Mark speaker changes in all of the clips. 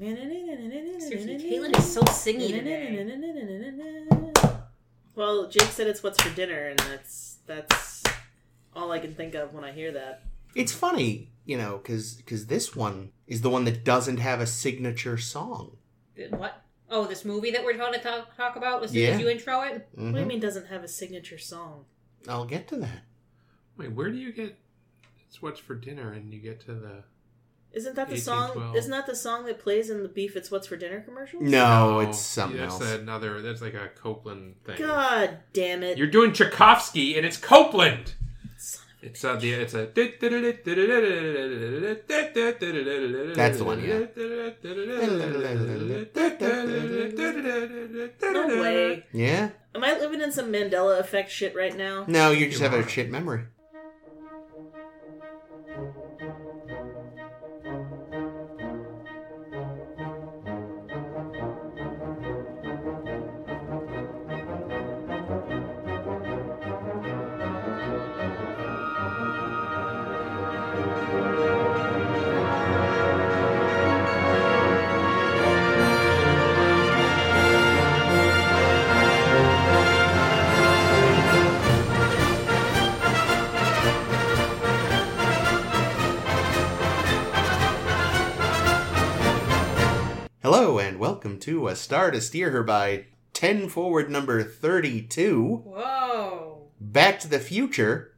Speaker 1: Seriously, Caitlin is so singy today.
Speaker 2: Well, Jake said it's what's for dinner, and that's that's all I can think of when I hear that.
Speaker 3: It's funny, you know, because this one is the one that doesn't have a signature song.
Speaker 1: What? Oh, this movie that we're trying to talk, talk about as soon
Speaker 3: Yeah.
Speaker 1: as you intro it?
Speaker 2: What do
Speaker 3: Mhm.
Speaker 2: you mean doesn't have a signature song?
Speaker 3: I'll get to that.
Speaker 4: Wait, where do you get it's what's for dinner and you get to the
Speaker 2: Isn't that the song?
Speaker 4: 1812.
Speaker 2: Isn't that the song that plays in the beef? It's what's for dinner commercials.
Speaker 3: No,
Speaker 4: Oh,
Speaker 3: it's something
Speaker 4: that's
Speaker 3: else.
Speaker 4: another that's like a Copeland thing.
Speaker 2: God damn it!
Speaker 4: You're doing Tchaikovsky and it's Copeland.
Speaker 2: Son of
Speaker 4: It's uh, the it's a that's
Speaker 3: That's the one,
Speaker 2: a-
Speaker 4: yeah.
Speaker 2: no way.
Speaker 3: Yeah?
Speaker 2: Am I living in some Mandela effect shit right now?
Speaker 3: No, you just
Speaker 4: You
Speaker 3: have a
Speaker 4: are.
Speaker 3: shit memory. Hello, and welcome to A Star to Steer Her by 10 Forward number 32
Speaker 1: Whoa.
Speaker 3: Back to the Future,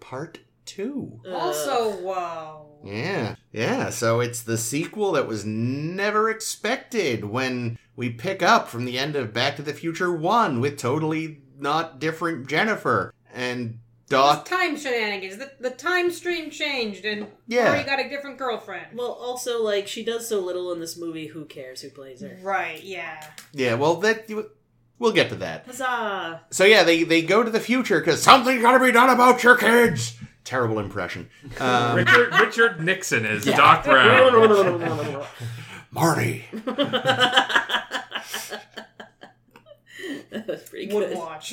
Speaker 3: Part 2.
Speaker 2: Ugh.
Speaker 1: Also, whoa.
Speaker 3: Yeah. Yeah, so it's the sequel that was never expected when we pick up from the end of Back to the Future 1 with totally not different Jennifer and
Speaker 1: This
Speaker 3: Doc.
Speaker 1: time shenanigans. The, the time stream changed and
Speaker 3: Yeah.
Speaker 1: Rory got a different girlfriend.
Speaker 2: well, also like she does so little in this movie. Who cares who plays her?
Speaker 1: Right, yeah.
Speaker 3: Yeah, well, that we'll get to that.
Speaker 2: Huzzah!
Speaker 3: So yeah, they they go to the future because something's got to be done about your kids. Terrible impression. Um,
Speaker 4: Richard Richard Nixon is Doc Brown.
Speaker 3: Marty,
Speaker 2: that was pretty
Speaker 1: Would
Speaker 2: good.
Speaker 1: watch.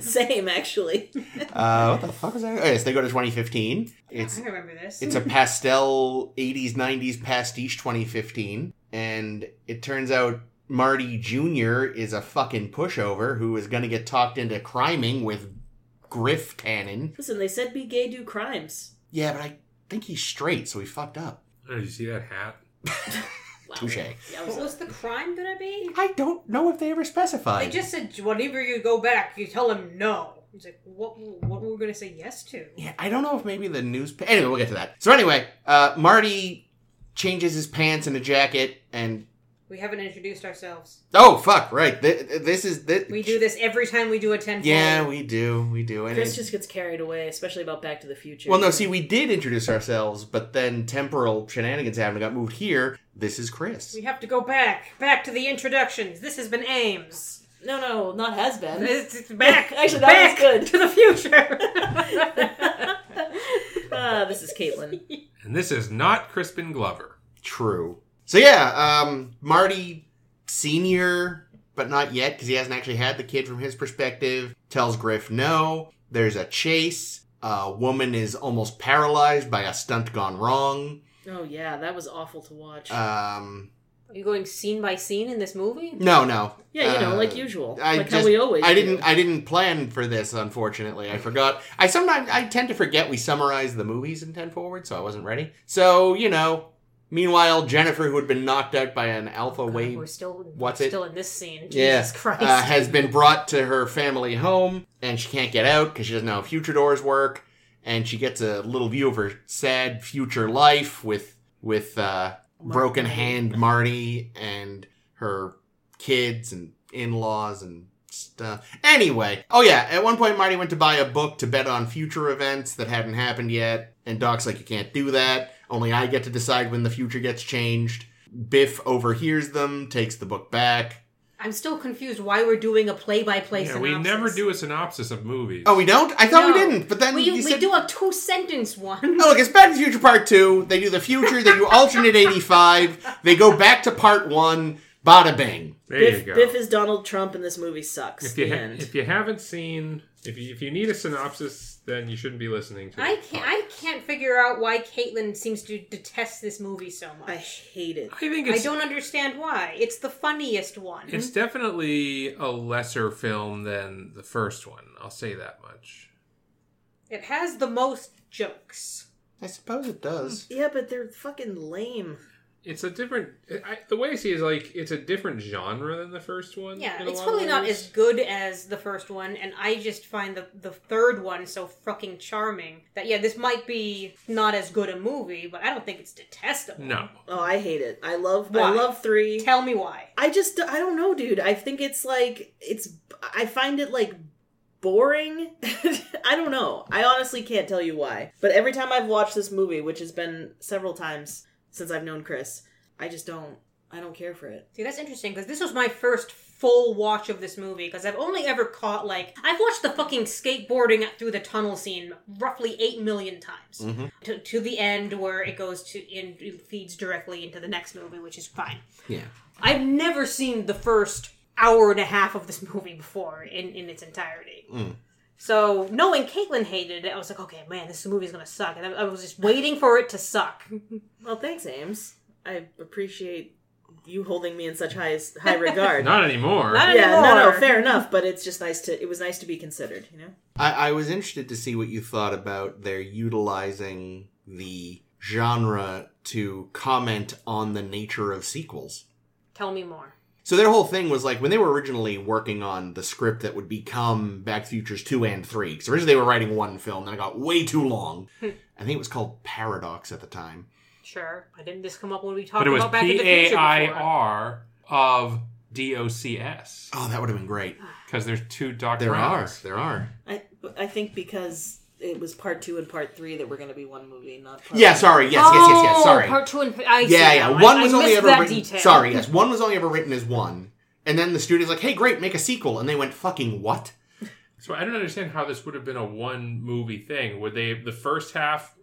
Speaker 2: Same, actually.
Speaker 3: uh, what the fuck is that? Oh, yes, they go to 2015. It's
Speaker 1: I remember this.
Speaker 3: it's a pastel 80s 90s pastiche 2015, and it turns out Marty Junior is a fucking pushover who is going to get talked into criming with Griff Tannen.
Speaker 2: Listen, they said be gay, do crimes.
Speaker 3: Yeah, but I think he's straight, so he fucked up.
Speaker 4: Oh, did you see that hat?
Speaker 2: Wow.
Speaker 3: Touche.
Speaker 1: what
Speaker 2: Yowza.
Speaker 1: was the crime gonna be?
Speaker 3: I don't know if they ever specified.
Speaker 1: They just said, whenever you go back, you tell him no. He's like, what, what were we gonna say yes to?
Speaker 3: Yeah, I don't know if maybe the newspaper. Anyway, we'll get to that. So anyway, uh, Marty changes his pants and a jacket, and
Speaker 1: We haven't introduced ourselves.
Speaker 3: oh fuck, right. Th- this is this.
Speaker 1: We do this every time we do a 10
Speaker 3: Yeah, we do. We do. And
Speaker 2: Chris
Speaker 3: it-
Speaker 2: just gets carried away, especially about Back to the Future.
Speaker 3: well, no. See, we did introduce ourselves, but then temporal shenanigans happened. and Got moved here. This is Chris.
Speaker 1: We have to go back, back to the introductions. This has been Ames.
Speaker 2: no, no, not has been.
Speaker 1: It's it's back,
Speaker 2: Actually,
Speaker 1: back
Speaker 2: that was
Speaker 1: to the future.
Speaker 2: ah, this is Caitlin.
Speaker 4: And this is not Crispin Glover.
Speaker 3: True. So yeah, um, Marty Senior, but not yet because he hasn't actually had the kid from his perspective. Tells Griff no. There's a chase. A woman is almost paralyzed by a stunt gone wrong.
Speaker 2: Oh, yeah, that was awful to watch.
Speaker 3: Um,
Speaker 1: Are you going scene by scene in this movie?
Speaker 3: no, no.
Speaker 2: yeah, you know,
Speaker 3: uh,
Speaker 2: like usual.
Speaker 3: I
Speaker 2: like
Speaker 3: just-
Speaker 2: how we always
Speaker 3: I
Speaker 2: do.
Speaker 3: didn't. I didn't plan for this. Unfortunately, I forgot. I sometimes I tend to forget we summarize the movies in ten forward, so I wasn't ready. So you know. Meanwhile, Jennifer, who had been knocked out by an alpha
Speaker 1: God,
Speaker 3: wave
Speaker 1: we're still
Speaker 3: what's
Speaker 1: we're
Speaker 3: it?
Speaker 1: still in this scene.
Speaker 3: Yeah,
Speaker 1: Jesus Christ.
Speaker 3: uh, has been brought to her family home, and she can't get out because she doesn't know how future doors work. And she gets a little view of her sad future life with with uh, broken hand Marty and her kids and in laws and stuff. Anyway, oh yeah, at one point Marty went to buy a book to bet on future events that hadn't happened yet, and Doc's like, "You can't do that. Only I get to decide when the future gets changed." Biff overhears them, takes the book back.
Speaker 1: I'm still confused why we're doing a play by play
Speaker 4: Yeah,
Speaker 1: synopsis.
Speaker 4: we never do a synopsis of movies.
Speaker 3: Oh, we don't? I thought we
Speaker 1: No.
Speaker 3: didn't. But then
Speaker 1: We,
Speaker 3: you
Speaker 1: we
Speaker 3: said,
Speaker 1: do a two sentence one.
Speaker 3: "Oh, look, it's Back to the Future Part Two. They do the future. They do alternate '85. They go back to Part One. Bada bing."
Speaker 4: there
Speaker 2: Biff,
Speaker 4: you go.
Speaker 2: Biff is Donald Trump, and this movie sucks.
Speaker 4: if you
Speaker 2: the
Speaker 4: ha-
Speaker 2: end.
Speaker 4: if you haven't seen if you, if you need a synopsis then you shouldn't be listening to
Speaker 1: I
Speaker 4: this
Speaker 1: can't.
Speaker 4: podcast.
Speaker 1: I can't figure out why Caitlin seems to detest this movie so
Speaker 2: I
Speaker 1: much.
Speaker 2: hate it.
Speaker 4: I think
Speaker 1: I
Speaker 4: it's
Speaker 1: don't understand why. It's the funniest one.
Speaker 4: it's definitely a lesser film than the first one. I'll say that much.
Speaker 1: It has the most jokes.
Speaker 3: I suppose it does.
Speaker 2: Yeah, but they're fucking lame.
Speaker 4: It's a different. I, the way I see it is like it's a different genre than the first one.
Speaker 1: Yeah,
Speaker 4: in a
Speaker 1: it's
Speaker 4: lot of
Speaker 1: probably not
Speaker 4: ways.
Speaker 1: as good as the first one, and I just find the the third one so fucking charming that yeah, this might be not as good a movie, but I don't think it's detestable.
Speaker 4: No,
Speaker 2: Oh, I hate it. I love
Speaker 1: Why?
Speaker 2: I love 3.
Speaker 1: Tell me why.
Speaker 2: I just I don't know, dude. I think it's like it's I find it like boring. I don't know. I honestly can't tell you why. But every time I've watched this movie, which has been several times since I've known Chris, I just don't I don't care for it.
Speaker 1: See, that's interesting because this was my first full watch of this movie because I've only ever caught like I've watched the fucking skateboarding through the tunnel scene roughly eight million times
Speaker 3: Mhm.
Speaker 1: to, to the end where it goes to in it feeds directly into the next movie, which is fine.
Speaker 3: Yeah.
Speaker 1: I've never seen the first hour and a half of this movie before in, in its entirety.
Speaker 3: Mm.
Speaker 1: So knowing Caitlin hated it, I was like, okay, man, this movie's gonna suck, and I, I was just waiting for it to suck.
Speaker 2: Well, thanks, Ames. I appreciate you holding me in such high high regard.
Speaker 4: not anymore.
Speaker 1: Not
Speaker 2: yeah, no, no,
Speaker 1: anymore.
Speaker 2: fair enough, but it's just nice to it was nice to be considered, you know.
Speaker 3: I, I was interested to see what you thought about their utilizing the genre to comment on the nature of sequels.
Speaker 1: Tell me more.
Speaker 3: So their whole thing was like when they were originally working on the script that would become Back to the Futures 2 and 3. Because originally they were writing one film, then it got way too long. I think it was called Paradox at the time.
Speaker 1: Sure, why didn't this come up when we talked
Speaker 4: but it was
Speaker 1: about Back to
Speaker 4: P
Speaker 1: the
Speaker 4: A
Speaker 1: Future?
Speaker 4: I
Speaker 1: before?
Speaker 4: R of D O C S
Speaker 3: Oh, that would have been great.
Speaker 1: Ah,
Speaker 4: because there's two Doc
Speaker 3: There are.
Speaker 4: Browns.
Speaker 3: There are.
Speaker 2: I but I think because it was part 2 and part 3 that were going to be one movie, not part
Speaker 3: Yeah, sorry. Yes, yes, yes, yes.
Speaker 1: Oh,
Speaker 3: Sorry.
Speaker 1: Part two and I see
Speaker 3: yeah, yeah.
Speaker 1: now. I-
Speaker 3: One
Speaker 1: I
Speaker 3: was only
Speaker 1: missed
Speaker 3: ever
Speaker 1: that
Speaker 3: written.
Speaker 1: detail.
Speaker 3: Sorry, yes. One was only ever written as one, and then the studio's like, "Hey, great, make a sequel," and they went, "Fucking what?"
Speaker 4: So I don't understand how this would have been a one movie thing. Would they the first half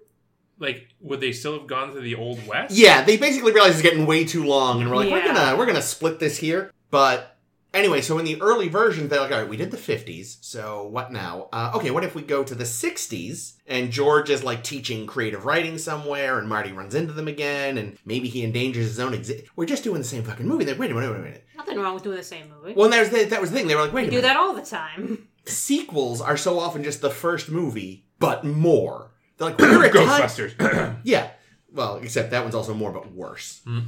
Speaker 4: like would they still have gone to the old west?
Speaker 3: Yeah, they basically realized it's getting way too long, and we're like, "We're
Speaker 1: Yeah.
Speaker 3: gonna, we're gonna split this here." But anyway, so in the early versions, they're like, "All right, we did the '50s, so what now? Uh, okay, what if we go to the '60s?" And George is like teaching creative writing somewhere, and Marty runs into them again, and maybe he endangers his own exist. We're just doing the same fucking movie. They're like, wait a minute, wait a minute.
Speaker 1: Nothing wrong with doing the same movie.
Speaker 3: Well, and that was the, that was the thing. They were like, wait a
Speaker 1: we
Speaker 3: minute.
Speaker 1: do that all the time.
Speaker 3: sequels are so often just the first movie, but more. They're like, we're a time.
Speaker 4: Ghostbusters.
Speaker 3: Yeah. Well, except that one's also more, but worse.
Speaker 4: Hmm.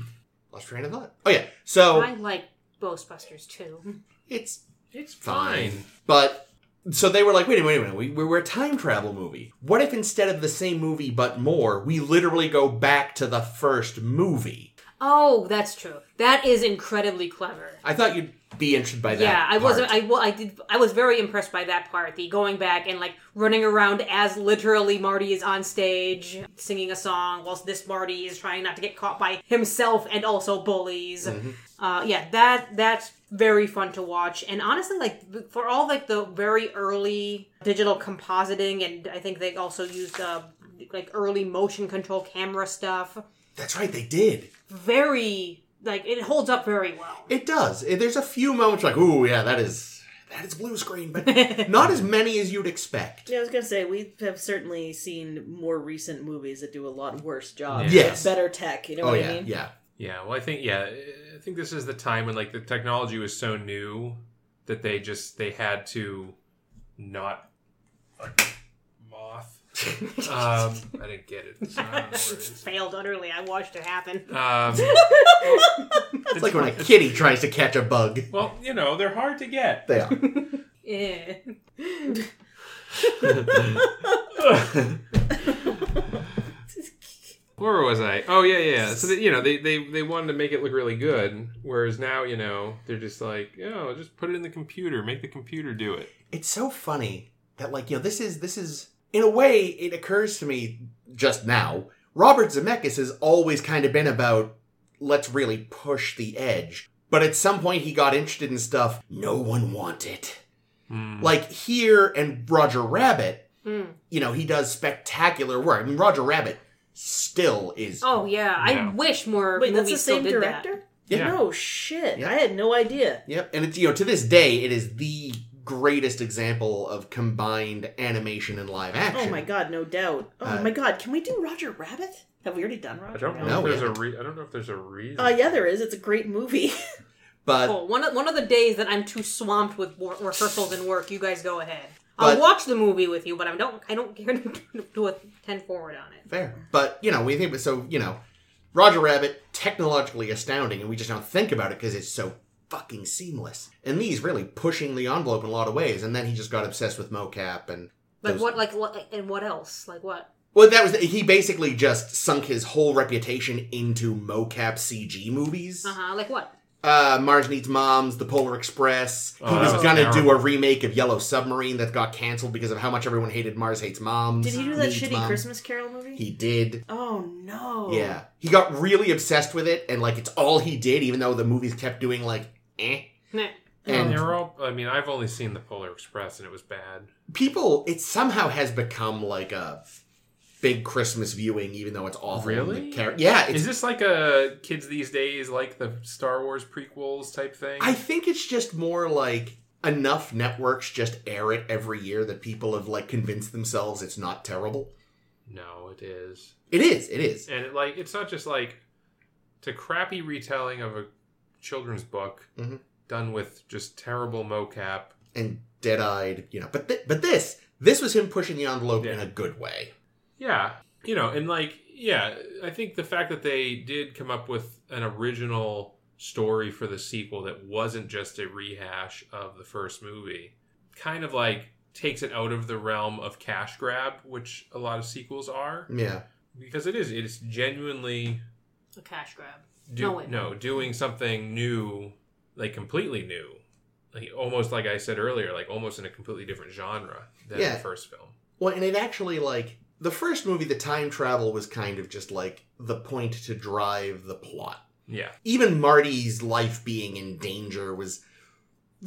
Speaker 3: Lost train of thought. Oh, yeah. So
Speaker 1: I like Ghostbusters too.
Speaker 3: it's
Speaker 4: it's
Speaker 3: fine.
Speaker 4: fine.
Speaker 3: But so they were like, wait a minute, wait a minute. We, we're, we're a time travel movie. What if instead of the same movie, but more, we literally go back to the first movie?
Speaker 1: Oh, that's true. That is incredibly clever.
Speaker 3: I thought you'd be interested by that.
Speaker 1: Yeah, I wasn't.
Speaker 3: part.
Speaker 1: I, well, I did. I was very impressed by that part. The going back and like running around as literally Marty is on stage singing a song, whilst this Marty is trying not to get caught by himself and also bullies.
Speaker 3: Mm-hmm.
Speaker 1: Uh, yeah, that that's very fun to watch. And honestly, like for all like the very early digital compositing, and I think they also used uh, like early motion control camera stuff.
Speaker 3: That's right, they did.
Speaker 1: Very like it holds up very well.
Speaker 3: It does. It- There's a few moments like, ooh, yeah, that is that is blue screen, but not as many as you'd expect.
Speaker 2: Yeah, I was gonna say we have certainly seen more recent movies that do a lot worse job.
Speaker 3: Yes.
Speaker 2: better tech. You know
Speaker 3: Oh
Speaker 2: what
Speaker 3: yeah,
Speaker 2: I mean?
Speaker 3: yeah.
Speaker 4: Yeah, well I think yeah, I think this is the time when like the technology was so new that they just they had to not moth. um, I didn't get it. So I don't know where it is.
Speaker 1: Failed utterly. I watched it happen.
Speaker 4: Um,
Speaker 3: It's like when a kitty tries to catch a bug.
Speaker 4: well, you know, they're hard to get.
Speaker 3: They are.
Speaker 1: Eh.
Speaker 4: Where was I? Oh yeah, yeah. So that, you know, they, they they wanted to make it look really good, whereas now you know they're just like, oh, just put it in the computer, make the computer do it.
Speaker 3: It's so funny that like you know this is this is in a way it occurs to me just now. Robert Zemeckis has always kind of been about let's really push the edge, but at some point he got interested in stuff no one wanted.
Speaker 4: Hmm.
Speaker 3: Like here and Roger Rabbit,
Speaker 1: Hmm.
Speaker 3: you know, he does spectacular work. I mean, Roger Rabbit still is.
Speaker 1: Oh yeah,
Speaker 4: Yeah.
Speaker 1: I wish more
Speaker 2: Wait, that's
Speaker 1: movies
Speaker 2: the
Speaker 1: still
Speaker 2: same
Speaker 1: did
Speaker 2: director?
Speaker 3: Yeah.
Speaker 2: No shit.
Speaker 3: Yeah.
Speaker 2: I had no idea.
Speaker 3: Yep. And it's, you know, to this day, it is the greatest example of combined animation and live action.
Speaker 2: Oh my god, no doubt. Oh
Speaker 3: Uh,
Speaker 2: my god, can we do Roger Rabbit? Have we already done
Speaker 4: I
Speaker 2: Roger
Speaker 4: don't know
Speaker 2: Rabbit?
Speaker 3: No,
Speaker 4: if
Speaker 3: we
Speaker 4: there's a
Speaker 3: haven't.
Speaker 4: re- I don't know if there's a reason.
Speaker 2: Uh, yeah, there is. It's a great movie.
Speaker 3: But
Speaker 1: Cool. Oh, One of, one of the days that I'm too swamped with wor- rehearsals and work, you guys go ahead.
Speaker 3: But-
Speaker 1: I'll watch the movie with you, but I don't I don't care to do a ten forward on it.
Speaker 3: fair. But you know, we think so. You know, Roger Rabbit technologically astounding, and we just don't think about it because it's so fucking seamless. And these really pushing the envelope in a lot of ways. And then he just got obsessed with mocap and.
Speaker 1: Like
Speaker 3: those-
Speaker 1: what? Like what? And what else? Like what?
Speaker 3: Well, that was he basically just sunk his whole reputation into mocap CG movies.
Speaker 1: Uh
Speaker 2: Uh-huh.
Speaker 1: huh. Like what?
Speaker 3: Uh, Mars Needs Moms, The Polar Express.
Speaker 4: Oh,
Speaker 3: he
Speaker 4: that
Speaker 3: was,
Speaker 4: was
Speaker 3: gonna do
Speaker 4: terrible.
Speaker 3: a remake of Yellow Submarine that got canceled because of how much everyone hated Mars Hates Moms.
Speaker 2: Did he do that
Speaker 3: Needs
Speaker 2: shitty
Speaker 3: Moms.
Speaker 2: Christmas Carol movie?
Speaker 3: He did.
Speaker 2: oh no.
Speaker 3: Yeah, he got really obsessed with it, and like it's all he did, even though the movies kept doing like eh.
Speaker 1: Meh.
Speaker 2: Oh,
Speaker 3: And
Speaker 4: They're all. I mean, I've only seen the Polar Express, and it was bad.
Speaker 3: people, it somehow has become like a big Christmas viewing, even though it's awful. and the
Speaker 4: Really?
Speaker 3: char- yeah, it's
Speaker 4: Is this like a kids these days, like the Star Wars prequels type thing?
Speaker 3: I think it's just more like enough networks just air it every year that people have like convinced themselves it's not terrible.
Speaker 4: no, it is,
Speaker 3: It is. It is.
Speaker 4: and it, like it's not just like it's a crappy retelling of a children's book
Speaker 3: Mhm.
Speaker 4: done with just terrible mocap.
Speaker 3: And dead-eyed, you know. But th- but this this was him pushing the envelope in
Speaker 4: Yeah.
Speaker 3: a good way.
Speaker 4: Yeah, you know, and like yeah, I think the fact that they did come up with an original story for the sequel that wasn't just a rehash of the first movie kind of like takes it out of the realm of cash grab which a lot of sequels are
Speaker 3: Yeah.
Speaker 4: because it is it's genuinely
Speaker 1: A cash grab.
Speaker 4: do,
Speaker 1: No,
Speaker 4: no,
Speaker 1: wait.
Speaker 4: doing something new like completely new like almost like i said earlier like almost in a completely different genre than
Speaker 3: Yeah.
Speaker 4: the first film
Speaker 3: Well, and it actually like the first movie, the time travel was kind of just like the point to drive the plot.
Speaker 4: yeah
Speaker 3: Even Marty's life being in danger was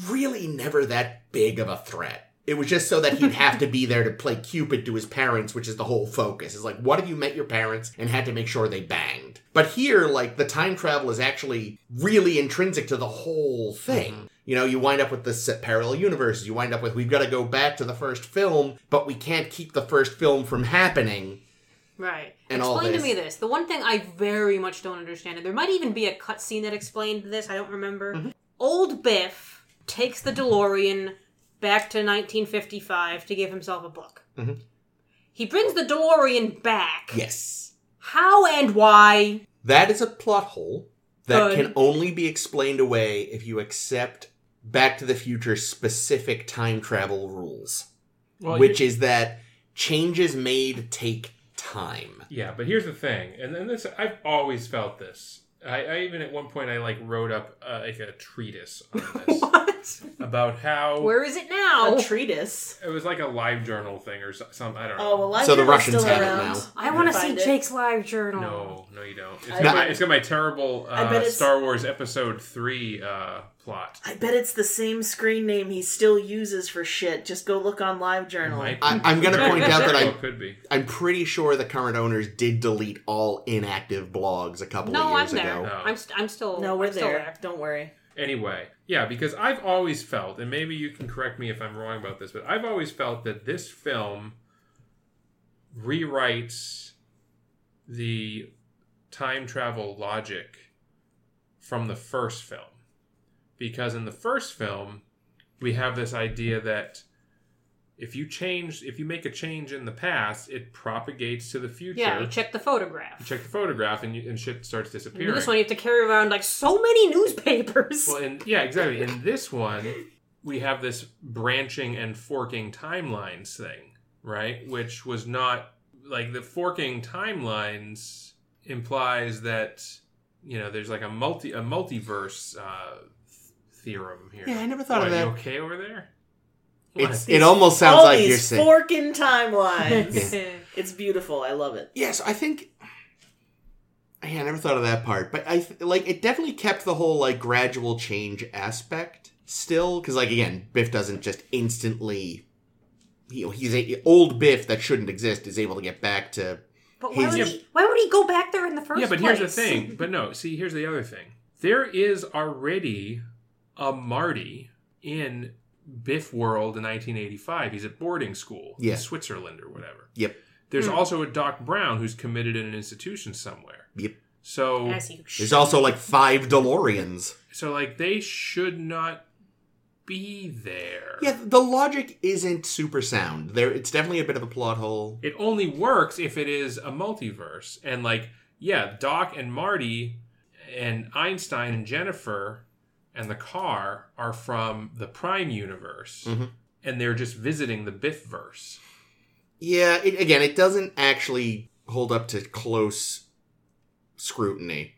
Speaker 3: really never that big of a threat. It was just so that he'd have to be there to play Cupid to his parents, which is the whole focus. It's like, what if you met your parents and had to make sure they banged? But here, like, the time travel is actually really intrinsic to the whole thing. You know, you wind up with the set parallel universes. You wind up with, we've got to go back to the first film, but we can't keep the first film from happening.
Speaker 1: Right.
Speaker 3: And all
Speaker 1: Explain
Speaker 3: this.
Speaker 1: to me this. The one thing I very much don't understand, and there might even be a cutscene that explained this, I don't remember.
Speaker 3: Mm-hmm.
Speaker 1: Old Biff takes the DeLorean back to 1955 to give himself a book.
Speaker 3: Mhm.
Speaker 1: He brings the DeLorean back.
Speaker 3: Yes.
Speaker 1: How and why?
Speaker 3: That is a plot hole that
Speaker 1: Good.
Speaker 3: can only be explained away if you accept Back to the Future specific time travel rules, which is that changes made take time.
Speaker 4: Yeah, but here's the thing, and then this I've always felt this. I, I even at one point I like wrote up uh, like a treatise on this
Speaker 1: What?
Speaker 4: about how
Speaker 1: Where is it now?
Speaker 2: Oh. A treatise.
Speaker 4: it was like a live journal thing or so- some I don't know.
Speaker 2: Oh, well,
Speaker 3: So the
Speaker 2: Library
Speaker 3: Russians
Speaker 2: still
Speaker 3: have it
Speaker 2: around.
Speaker 3: now.
Speaker 1: I want to see
Speaker 2: Find it.
Speaker 1: Jake's live journal.
Speaker 4: no, no, you don't. It's,
Speaker 2: I-
Speaker 4: got, my, it's got my terrible
Speaker 2: I bet
Speaker 4: uh,
Speaker 2: it's-
Speaker 4: Star Wars Episode Three uh, plot.
Speaker 2: I bet it's the same screen name he still uses for shit. Just go look on LiveJournal.
Speaker 4: Might be-
Speaker 3: I, I'm going to
Speaker 4: very
Speaker 3: point out that
Speaker 4: well
Speaker 3: I'm,
Speaker 4: could be.
Speaker 3: I'm pretty sure the current owners did delete all inactive blogs a couple
Speaker 1: No,
Speaker 3: of
Speaker 1: I'm
Speaker 3: years
Speaker 1: there.
Speaker 3: ago.
Speaker 4: No.
Speaker 1: I'm, st- I'm still.
Speaker 2: Oh. No, we're
Speaker 1: I'm still
Speaker 2: there. Don't worry.
Speaker 4: Anyway, yeah, because I've always felt, and maybe you can correct me if I'm wrong about this, but I've always felt that this film rewrites the time travel logic from the first film. Because in the first film, we have this idea that if you change, if you make a change in the past, it propagates to the future.
Speaker 1: Yeah, you check the photograph.
Speaker 4: You check the photograph and, you, and shit starts disappearing.
Speaker 1: This one you have to carry around like so many newspapers.
Speaker 4: Well, in, yeah, exactly. In this one, we have this branching and forking timelines thing, right? Which was not like the forking timelines implies that you know there's like a multi a multiverse uh, theorem here.
Speaker 3: Yeah, I never thought
Speaker 4: What,
Speaker 3: of
Speaker 4: are
Speaker 3: that.
Speaker 4: You okay over there?
Speaker 3: It's,
Speaker 4: What?
Speaker 3: it almost sounds
Speaker 2: All
Speaker 3: like
Speaker 2: these
Speaker 3: you're saying.
Speaker 2: forking timelines. it's beautiful. I love it.
Speaker 3: Yes, I think. Yeah, I never thought of that part, but I th- like it definitely kept the whole like gradual change aspect still because like again, Biff doesn't just instantly. You know, he's a old Biff that shouldn't exist is able to get back to.
Speaker 1: But why
Speaker 3: He's-
Speaker 1: would,
Speaker 3: Yeah.
Speaker 1: he, why would he go back there in the first
Speaker 4: yeah, but
Speaker 1: place?
Speaker 4: here's the thing. But no, see, here's the other thing. There is already a Marty in Biff World in 1985. He's at boarding school
Speaker 3: Yeah.
Speaker 4: in Switzerland or whatever.
Speaker 3: Yep.
Speaker 4: There's
Speaker 1: Hmm.
Speaker 4: also a Doc Brown who's committed in an institution somewhere.
Speaker 3: Yep.
Speaker 4: So
Speaker 1: As you
Speaker 3: There's also like five DeLoreans.
Speaker 4: so like they should not be there.
Speaker 3: Yeah, the logic isn't super sound. There, it's definitely a bit of a plot hole.
Speaker 4: It only works if it is a multiverse. And like, yeah, Doc and Marty and Einstein and Jennifer and the car are from the Prime universe.
Speaker 1: Mm-hmm.
Speaker 3: Mhm.
Speaker 4: And they're just visiting the Biff verse.
Speaker 3: Yeah, it, again, it doesn't actually hold up to close scrutiny.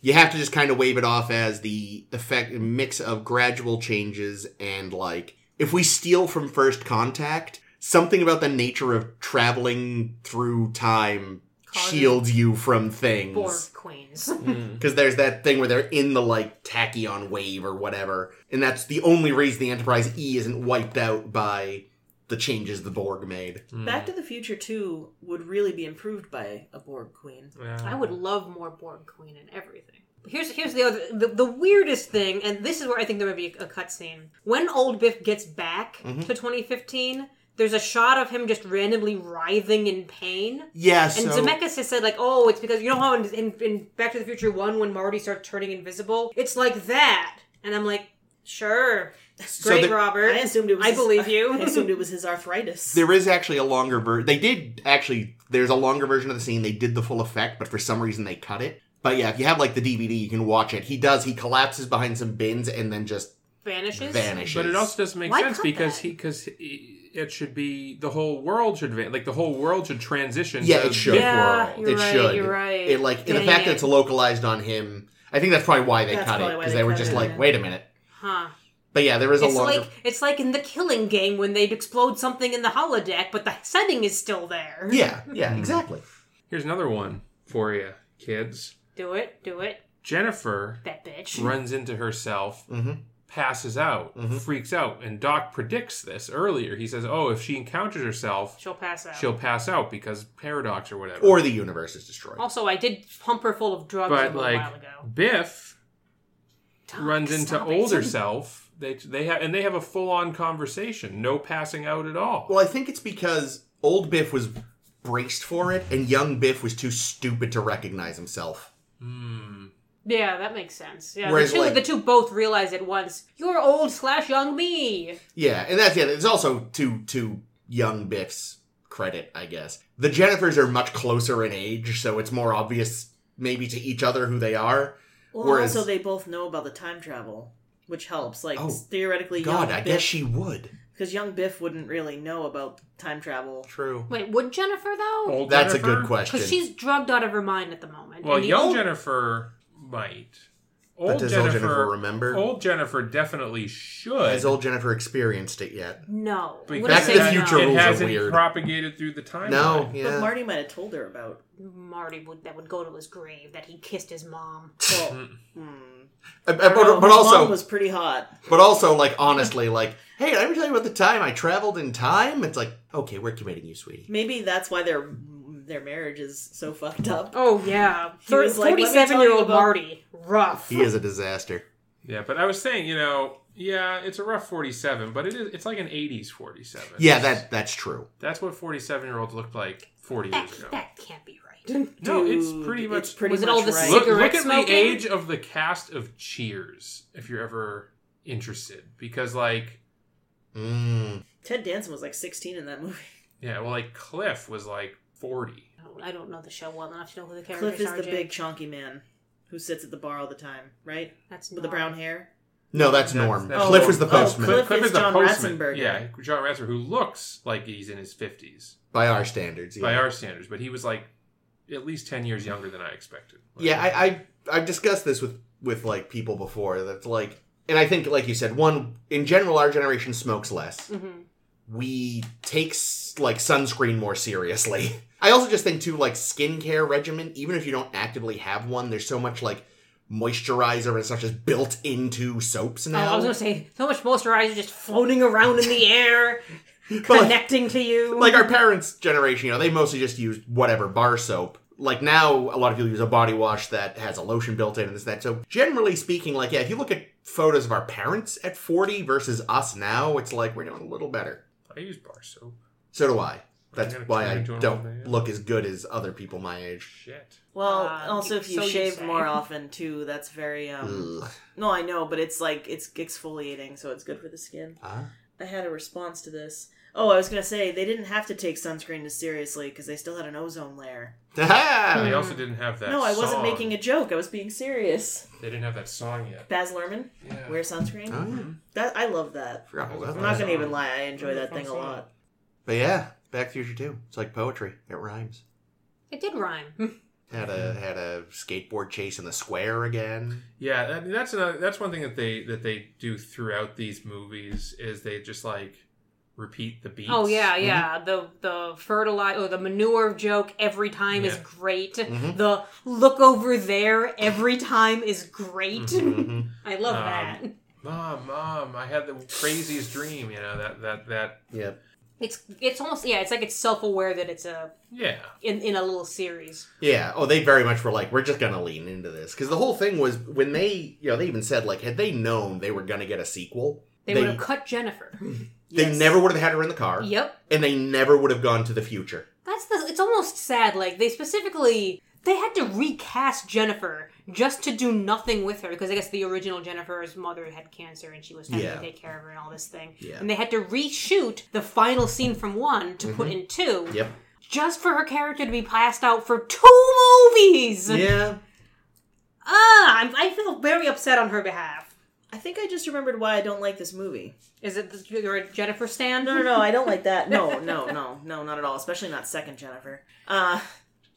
Speaker 3: You have to just kind of wave it off as the effect mix of gradual changes and like if we steal from First Contact, something about the nature of traveling through time
Speaker 1: Causes-
Speaker 3: shields you from things.
Speaker 1: Borg Queens.
Speaker 3: Because there's that thing where they're in the like tachyon wave or whatever, and that's the only reason the Enterprise E isn't wiped out by the changes the Borg made.
Speaker 4: Mm.
Speaker 2: Back to the Future 2 would really be improved by a Borg Queen.
Speaker 4: Yeah.
Speaker 1: I would love more Borg Queen and everything. Here's here's the other the, the weirdest thing, and this is where I think there might be a, cutscene. When old Biff gets back to 2015, there's a shot of him just randomly writhing in pain.
Speaker 3: Yeah,
Speaker 1: And
Speaker 3: so
Speaker 1: Zemeckis has said like, oh, it's because you know how in, in, in Back to the Future One when Marty starts turning invisible, it's like that. And I'm like, sure,
Speaker 3: so
Speaker 1: great,
Speaker 3: there-
Speaker 1: Robert.
Speaker 2: I assumed it was
Speaker 1: I
Speaker 2: his-
Speaker 1: believe you.
Speaker 2: I assumed it was his arthritis.
Speaker 3: there is actually a longer version. They did actually. There's a longer version of the scene. They did the full effect, but for some reason they cut it. But yeah, if you have like the DVD, you can watch it. He does. He collapses behind some bins and then just
Speaker 1: vanishes.
Speaker 3: vanishes.
Speaker 4: But it also doesn't make
Speaker 1: Why
Speaker 4: sense
Speaker 1: cut
Speaker 4: because
Speaker 1: that?
Speaker 4: he because it should be the whole world should va- like the whole world should transition.
Speaker 3: Yeah,
Speaker 4: to
Speaker 3: it should.
Speaker 4: Biff
Speaker 1: Yeah,
Speaker 4: world.
Speaker 1: you're
Speaker 3: it
Speaker 1: right.
Speaker 3: should.
Speaker 1: You're right.
Speaker 3: It like and the
Speaker 1: Dang
Speaker 3: fact
Speaker 1: it.
Speaker 3: that it's localized on him. I think that's probably why they
Speaker 2: That's
Speaker 3: cut it
Speaker 2: probably why
Speaker 3: because
Speaker 2: they
Speaker 3: they, were
Speaker 2: cut
Speaker 3: just
Speaker 2: it,
Speaker 3: like,
Speaker 2: yeah.
Speaker 3: wait a minute.
Speaker 1: huh?
Speaker 3: But yeah, there is a
Speaker 1: It's
Speaker 3: longer.
Speaker 1: like it's like in the Killing Game when they'd explode something in the holodeck, but the setting is still there.
Speaker 3: Yeah,
Speaker 2: Hmm.
Speaker 3: yeah, exactly.
Speaker 4: Here's another one for you, kids.
Speaker 1: Do it, do it,
Speaker 4: Jennifer
Speaker 1: that bitch.
Speaker 3: Mm-hmm.
Speaker 4: runs into herself,
Speaker 3: Mhm.
Speaker 4: passes out,
Speaker 3: Mm-hmm.
Speaker 4: freaks out, and Doc predicts this earlier. He says, "Oh, if she encounters herself,
Speaker 1: She'll pass out.
Speaker 4: she'll pass out because paradox or whatever."
Speaker 3: Or the universe is destroyed.
Speaker 2: Oh.
Speaker 1: Also, I did pump her full of drugs a
Speaker 4: but
Speaker 1: little
Speaker 4: like
Speaker 1: while ago.
Speaker 4: Biff
Speaker 1: Doc,
Speaker 4: runs into
Speaker 1: stop it.
Speaker 4: older self. They they have and they have a full on conversation. No passing out at all.
Speaker 3: Well, I think it's because old Biff was braced for it, and young Biff was too stupid to recognize himself.
Speaker 4: Hmm.
Speaker 1: Yeah, that makes sense. Yeah,
Speaker 3: Whereas,
Speaker 1: the two
Speaker 3: like-
Speaker 1: the two both realize at once. You're old slash young me.
Speaker 3: Yeah, and that's yeah. It's also to to young Biff's credit, I guess. The Jennifers are much closer in age, so it's more obvious maybe to each other who they are.
Speaker 2: Well,
Speaker 3: Whereas-
Speaker 2: also they both know about the time travel, which helps. Like
Speaker 3: Oh,
Speaker 2: theoretically,
Speaker 3: God,
Speaker 2: young
Speaker 3: I
Speaker 2: Biff,
Speaker 3: guess she would.
Speaker 2: because young Biff wouldn't really know about time travel.
Speaker 3: True.
Speaker 1: Wait, would Jennifer though?
Speaker 4: Old
Speaker 3: That's a
Speaker 4: Jennifer?
Speaker 3: good question.
Speaker 1: Because she's drugged out of her mind at the moment.
Speaker 4: Well,
Speaker 1: And the
Speaker 4: young
Speaker 1: old-
Speaker 4: Jennifer might. Old
Speaker 3: But does old Jennifer remember?
Speaker 4: Old Jennifer definitely should.
Speaker 3: Has old Jennifer experienced it yet?
Speaker 1: No. I
Speaker 4: because
Speaker 1: wouldn't
Speaker 3: Back to
Speaker 1: say
Speaker 3: the
Speaker 4: it-
Speaker 3: Future
Speaker 4: it
Speaker 3: rules are
Speaker 4: hasn't
Speaker 3: weird.
Speaker 4: propagated through the timeline.
Speaker 3: No.
Speaker 2: But
Speaker 3: Yeah.
Speaker 2: Marty might have told her about.
Speaker 1: no. Marty would that would go to his grave that he kissed his mom.
Speaker 2: Well, hmm.
Speaker 3: Uh,
Speaker 2: I
Speaker 3: uh,
Speaker 2: don't know,
Speaker 3: But, but
Speaker 2: his mom
Speaker 3: also,
Speaker 2: was pretty hot.
Speaker 3: but also, like honestly, like, hey, let me tell you about the time I traveled in time. It's like, okay, we're committing you, sweetie.
Speaker 2: Maybe that's why their their marriage is so fucked up.
Speaker 1: Oh yeah,
Speaker 2: He was like, "Let me
Speaker 1: forty-seven year
Speaker 2: tell you
Speaker 1: old
Speaker 2: about-
Speaker 1: Marty, rough.
Speaker 3: He is a disaster.
Speaker 4: Yeah, but I was saying, you know, yeah, it's a rough 47, but it is it's like an 80s 47.
Speaker 3: Yeah, that that's true.
Speaker 4: That's what 47-year-olds looked like 40
Speaker 1: That,
Speaker 4: years ago.
Speaker 1: that can't be right.
Speaker 4: no, it's
Speaker 2: Dude,
Speaker 4: pretty much
Speaker 2: It's pretty
Speaker 1: Was it
Speaker 2: much
Speaker 1: all the
Speaker 2: right.
Speaker 4: Look,
Speaker 1: Cigarette
Speaker 4: look at the
Speaker 1: smoking?
Speaker 4: age of the cast of Cheers if you're ever interested because like
Speaker 3: Mm.
Speaker 2: Ted Danson was like 16 in that movie.
Speaker 4: yeah, well like Cliff was like 40.
Speaker 1: I don't- I don't know the show well enough to know who the characters
Speaker 2: Cliff is
Speaker 1: are.
Speaker 2: the
Speaker 1: Jake.
Speaker 2: big chonky man who sits at the bar all the time, right?
Speaker 1: That's
Speaker 2: With the
Speaker 1: not-
Speaker 2: brown hair.
Speaker 3: No, that's,
Speaker 4: That's-
Speaker 3: Norm.
Speaker 4: that's-
Speaker 3: Cliff was the
Speaker 2: Oh,
Speaker 3: postman
Speaker 2: Cliff is John
Speaker 4: postman.
Speaker 2: Ratzenberger.
Speaker 4: Yeah, John Ratzenberger, who looks like he's in his 50s
Speaker 3: by our standards. Yeah,
Speaker 4: by our standards, but he was like at least 10 years younger than I expected. Like,
Speaker 3: yeah. I, I I've discussed this with with like people before. That's like, and I think like you said, one in general, our generation smokes less.
Speaker 1: Mhm.
Speaker 3: We take s- like sunscreen more seriously. I also just think too, like skincare regimen. Even if you don't actively have one, there's so much like moisturizer and stuff just built into soaps
Speaker 1: Oh, I
Speaker 3: now.
Speaker 1: was gonna say so much moisturizer just floating around in the air,
Speaker 3: But, like,
Speaker 1: connecting to you.
Speaker 3: like our parents' generation, you know, they mostly just used whatever bar soap. Like now, a lot of people use a body wash that has a lotion built in and this that. So generally speaking, like yeah, if you look at photos of our parents at 40 versus us now, it's like we're doing a little better.
Speaker 4: I use bar soap.
Speaker 3: So do I. That's
Speaker 4: I'm gonna
Speaker 3: why
Speaker 4: turn
Speaker 3: I
Speaker 4: into an old man.
Speaker 3: don't look as good as other people my age.
Speaker 4: Shit.
Speaker 2: Well,
Speaker 1: Uh,
Speaker 2: also if you
Speaker 1: so you
Speaker 2: shave
Speaker 1: say.
Speaker 2: more often too, that's very um
Speaker 3: Ugh.
Speaker 2: No, I know, but it's like it's exfoliating, so it's good for the skin.
Speaker 3: Huh?
Speaker 2: I had a response to this. Oh, I was going to say they didn't have to take sunscreen as seriously cuz they still had an ozone layer.
Speaker 4: They
Speaker 3: Ah!
Speaker 4: also didn't have that.
Speaker 2: Mm. no, I wasn't
Speaker 4: song.
Speaker 2: making a joke. I was being serious.
Speaker 4: They didn't have that song yet.
Speaker 2: Baz Luhrmann,
Speaker 4: Yeah.
Speaker 2: wear sunscreen.
Speaker 3: Oh, yeah.
Speaker 2: That I love that.
Speaker 3: Forgot
Speaker 2: I'm
Speaker 3: all about
Speaker 2: Mm-hmm. not
Speaker 3: that.
Speaker 2: going to even lie. I enjoy
Speaker 4: That's a
Speaker 2: that
Speaker 4: fun
Speaker 2: thing a
Speaker 4: song.
Speaker 2: lot.
Speaker 3: But yeah, Back to the Future 2. It's like poetry. It rhymes.
Speaker 1: It did rhyme.
Speaker 3: Had
Speaker 2: Mm-hmm.
Speaker 3: a had a skateboard chase in the square again.
Speaker 4: Yeah, I mean, that's another. That's one thing that they that they do throughout these movies is they just like repeat the beats.
Speaker 1: Oh yeah, yeah. The the fertilize or the manure joke every time is
Speaker 4: Yeah. Mm-hmm.
Speaker 1: great.
Speaker 3: Mhm.
Speaker 1: The look over there every time is great.
Speaker 3: Mhm.
Speaker 1: I love
Speaker 4: Um,
Speaker 1: that.
Speaker 4: Mom, mom, I had the craziest dream. You know that that that.
Speaker 3: Yep.
Speaker 1: It's it's almost yeah. It's like it's self aware that it's a
Speaker 4: Yeah,
Speaker 1: in in a little series.
Speaker 3: Yeah. Oh, they very much were like, we're just gonna lean into this because the whole thing was when they, you know, they even said like, had they known they were gonna get a sequel,
Speaker 1: They,
Speaker 3: They-
Speaker 1: would have cut Jennifer.
Speaker 3: they
Speaker 2: Yes.
Speaker 3: never would have had her in the car,
Speaker 1: yep.
Speaker 3: and they never would have gone to the future.
Speaker 1: That's the. It's almost sad. Like they specifically they had to recast Jennifer just to do nothing with her because I guess the original Jennifer's mother had cancer and she was trying
Speaker 3: Yeah.
Speaker 1: to take care of her and all this thing.
Speaker 3: Yeah.
Speaker 1: And they had to reshoot the final scene from one to
Speaker 2: Mm-hmm.
Speaker 1: put in two
Speaker 3: Yep.
Speaker 1: just for her character to be passed out for two movies.
Speaker 3: Yeah.
Speaker 1: Ah, I'm, I feel very upset on her behalf.
Speaker 2: I think I just remembered why I don't like this movie.
Speaker 1: Is it the, you're a Jennifer stand?
Speaker 2: No, no, no, I don't like that. No, no, no, no, not at all. Especially not second Jennifer. Uh,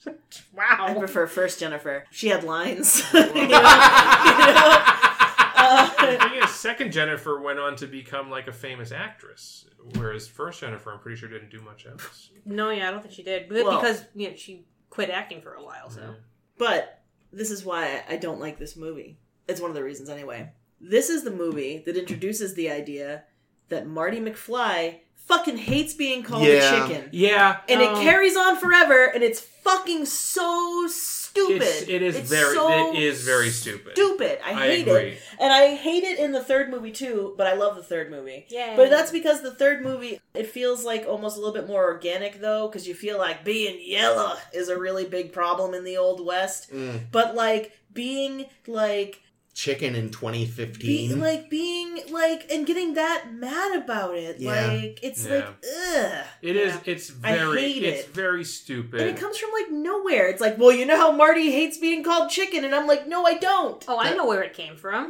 Speaker 2: I
Speaker 1: Wow.
Speaker 2: prefer first Jennifer. She had lines. You know? You know?
Speaker 4: the
Speaker 2: Uh,
Speaker 4: thing is, second Jennifer went on to become like a famous actress, whereas first Jennifer, I'm pretty sure, didn't do much else.
Speaker 1: No, yeah, I don't think she did, but
Speaker 2: Well-
Speaker 1: because you know, she quit acting for a while, so.
Speaker 2: but this is why I don't like this movie. It's one of the reasons, anyway. This is the movie that introduces the idea that Marty McFly fucking hates being called
Speaker 3: Yeah.
Speaker 2: a chicken.
Speaker 4: Yeah,
Speaker 2: And
Speaker 4: um,
Speaker 2: it carries on forever, and it's fucking so stupid.
Speaker 4: It's, it is
Speaker 2: It's
Speaker 4: very.
Speaker 2: so
Speaker 4: it is very stupid.
Speaker 2: stupid. I
Speaker 4: I
Speaker 2: hate
Speaker 4: agree.
Speaker 2: it. And I hate it in the third movie too, but I love the third movie.
Speaker 1: Yay.
Speaker 2: But that's because the third movie it feels like almost a little bit more organic though cuz you feel like being yellow is a really big problem in the old west.
Speaker 3: Mm.
Speaker 2: But like being like
Speaker 3: Chicken in 2015.
Speaker 2: be, like being like and getting that mad about it.
Speaker 3: Yeah.
Speaker 2: Like it's
Speaker 4: Yeah.
Speaker 2: like ugh.
Speaker 4: It is.
Speaker 1: Yeah.
Speaker 4: It's
Speaker 2: I
Speaker 4: very.
Speaker 2: hate
Speaker 4: it's
Speaker 2: it.
Speaker 4: very stupid.
Speaker 2: And it comes from like nowhere. It's like, well, you know how Marty hates being called chicken, and I'm like, no, I don't.
Speaker 1: Oh, I know where it came from.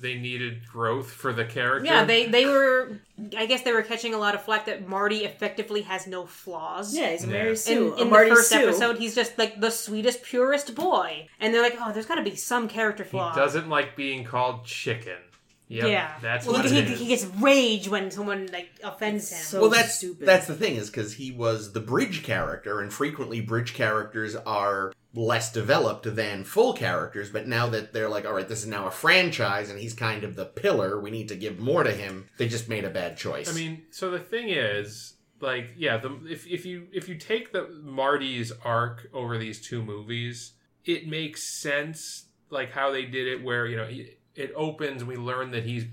Speaker 4: they needed growth for the character.
Speaker 1: Yeah, they they were. I guess they were catching a lot of flack that Marty effectively has no flaws.
Speaker 2: Yeah, he's a
Speaker 4: Yeah.
Speaker 2: Mary Sue.
Speaker 1: In,
Speaker 2: a
Speaker 1: in the
Speaker 2: Marty
Speaker 1: first
Speaker 2: Sue.
Speaker 1: episode, he's just like the sweetest, purest boy, and they're like, "Oh, there's got to be some character
Speaker 4: He
Speaker 1: flaw."
Speaker 4: doesn't like being called chicken. Yep,
Speaker 1: yeah,
Speaker 4: that's
Speaker 1: well,
Speaker 4: what
Speaker 1: he,
Speaker 4: it
Speaker 1: he,
Speaker 4: is.
Speaker 1: he gets rage when someone like offends him.
Speaker 2: So-
Speaker 3: well, that's
Speaker 2: stupid.
Speaker 3: that's the thing is because he was the bridge character, and frequently bridge characters are less developed than full characters. But now that they're like, all right, this is now a franchise, and he's kind of the pillar. We need to give more to him. They just made a bad choice.
Speaker 4: I mean, so the thing is, like, yeah, the, if if you if you take the Marty's arc over these two movies, it makes sense, like how they did it, where you know he- it opens, and we learn that he's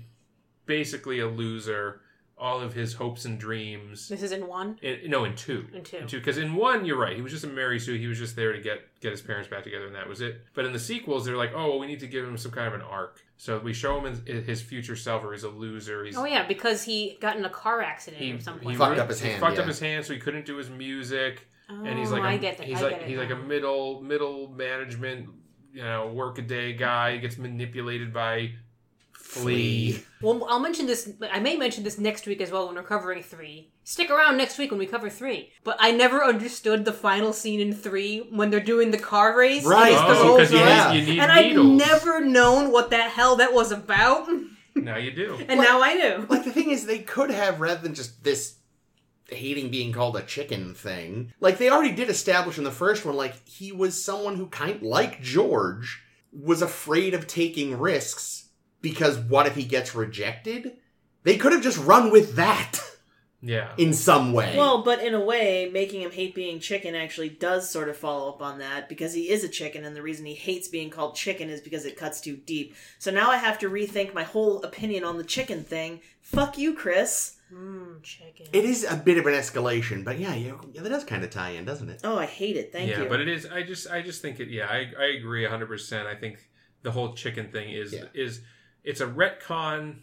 Speaker 4: basically a loser. All of his hopes and dreams.
Speaker 1: this is in one.
Speaker 4: In, no, in two.
Speaker 1: In two.
Speaker 4: Because in one, you're right. He was just a Mary Sue. He was just there to get get his parents back together, and that was it. But in the sequels, they're like, oh, well, we need to give him some kind of an arc. So we show him his, his future self, or he's a loser. He's
Speaker 1: Oh yeah, because he got in a car accident
Speaker 4: he,
Speaker 1: at some
Speaker 4: he
Speaker 1: point.
Speaker 3: Fucked
Speaker 4: ruined-
Speaker 3: up his
Speaker 4: he
Speaker 3: hand,
Speaker 4: Fucked
Speaker 3: yeah.
Speaker 4: up his hand, so he couldn't do his music.
Speaker 1: oh,
Speaker 4: and he's like, a,
Speaker 1: I get that.
Speaker 4: he's
Speaker 1: I
Speaker 4: like,
Speaker 1: get it
Speaker 4: he's like a
Speaker 1: now.
Speaker 4: middle middle management, you know, workaday guy. He gets manipulated by Flea.
Speaker 1: Well, I'll mention this. I may mention this next week as well when we're covering three. Stick around next week when we cover three. But I never understood the final scene in three when they're doing the car race.
Speaker 3: Right.
Speaker 1: against the
Speaker 3: Oh,
Speaker 1: Rolls
Speaker 3: 'cause
Speaker 4: you
Speaker 1: Royce.
Speaker 3: yeah.
Speaker 4: need, you need
Speaker 1: and
Speaker 4: needles.
Speaker 1: I'd never known what the hell that was about, and
Speaker 4: Now you do.
Speaker 1: now I do.
Speaker 3: like the thing is, they could have rather than just this hating being called a chicken thing. Like they already did establish in the first one, like he was someone who kind like George was afraid of taking risks because what if he gets rejected? They could have just run with that.
Speaker 4: Yeah.
Speaker 3: in some way.
Speaker 2: Well, but in a way, making him hate being chicken actually does sort of follow up on that because he is a chicken, and the reason he hates being called chicken is because it cuts too deep. So now I have to rethink my whole opinion on the chicken thing. Fuck you, Chris.
Speaker 1: Mmm, chicken.
Speaker 3: it is a bit of an escalation, but yeah, you, yeah, that does kind of tie in, doesn't it?
Speaker 2: Oh, I hate it. Thank
Speaker 4: yeah,
Speaker 2: you.
Speaker 4: but it is. I just, I just think it. Yeah, I, I agree hundred percent. I think the whole chicken thing is
Speaker 3: Yeah.
Speaker 4: is it's a retcon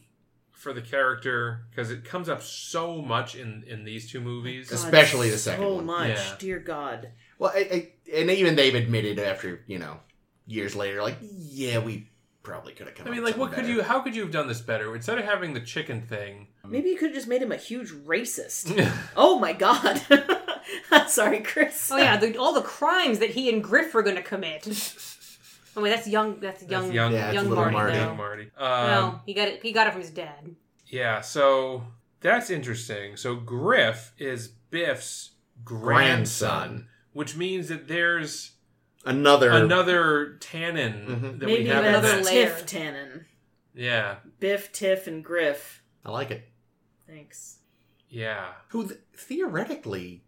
Speaker 4: for the character because it comes up so much in in these two movies.
Speaker 3: That's- especially the second
Speaker 2: so
Speaker 3: one.
Speaker 2: much,
Speaker 4: Yeah.
Speaker 2: dear God.
Speaker 3: Well, I, I, and even they've admitted after you know years later, like yeah, we probably could have come.
Speaker 4: I
Speaker 3: up
Speaker 4: mean,
Speaker 3: with
Speaker 4: like, what
Speaker 3: something
Speaker 4: could you? How could you have done this better? Instead of having the chicken thing,
Speaker 2: Maybe you could have just made him a huge racist. oh my God. Sorry, Chris.
Speaker 1: Oh yeah, the, all the crimes that he and Griff were gonna commit. I mean, that's young. That's young.
Speaker 4: that's young,
Speaker 3: yeah, it's
Speaker 1: young
Speaker 3: little
Speaker 1: Marty,
Speaker 3: Marty.
Speaker 1: though.
Speaker 4: young Marty. Um,
Speaker 1: Well, he got it. He got it from his dad.
Speaker 4: Yeah, so that's interesting. So Griff is Biff's grandson,
Speaker 3: Grandson.
Speaker 4: which means that there's
Speaker 3: Another,
Speaker 4: another tannin
Speaker 3: Mhm.
Speaker 4: that
Speaker 2: Maybe
Speaker 4: we have. in
Speaker 1: another
Speaker 2: that's
Speaker 4: that-
Speaker 1: layer.
Speaker 2: Tiff Tannen.
Speaker 4: Yeah,
Speaker 2: Biff, Tiff, and Griff.
Speaker 3: I like it.
Speaker 2: Thanks.
Speaker 4: yeah,
Speaker 3: Who th- theoretically,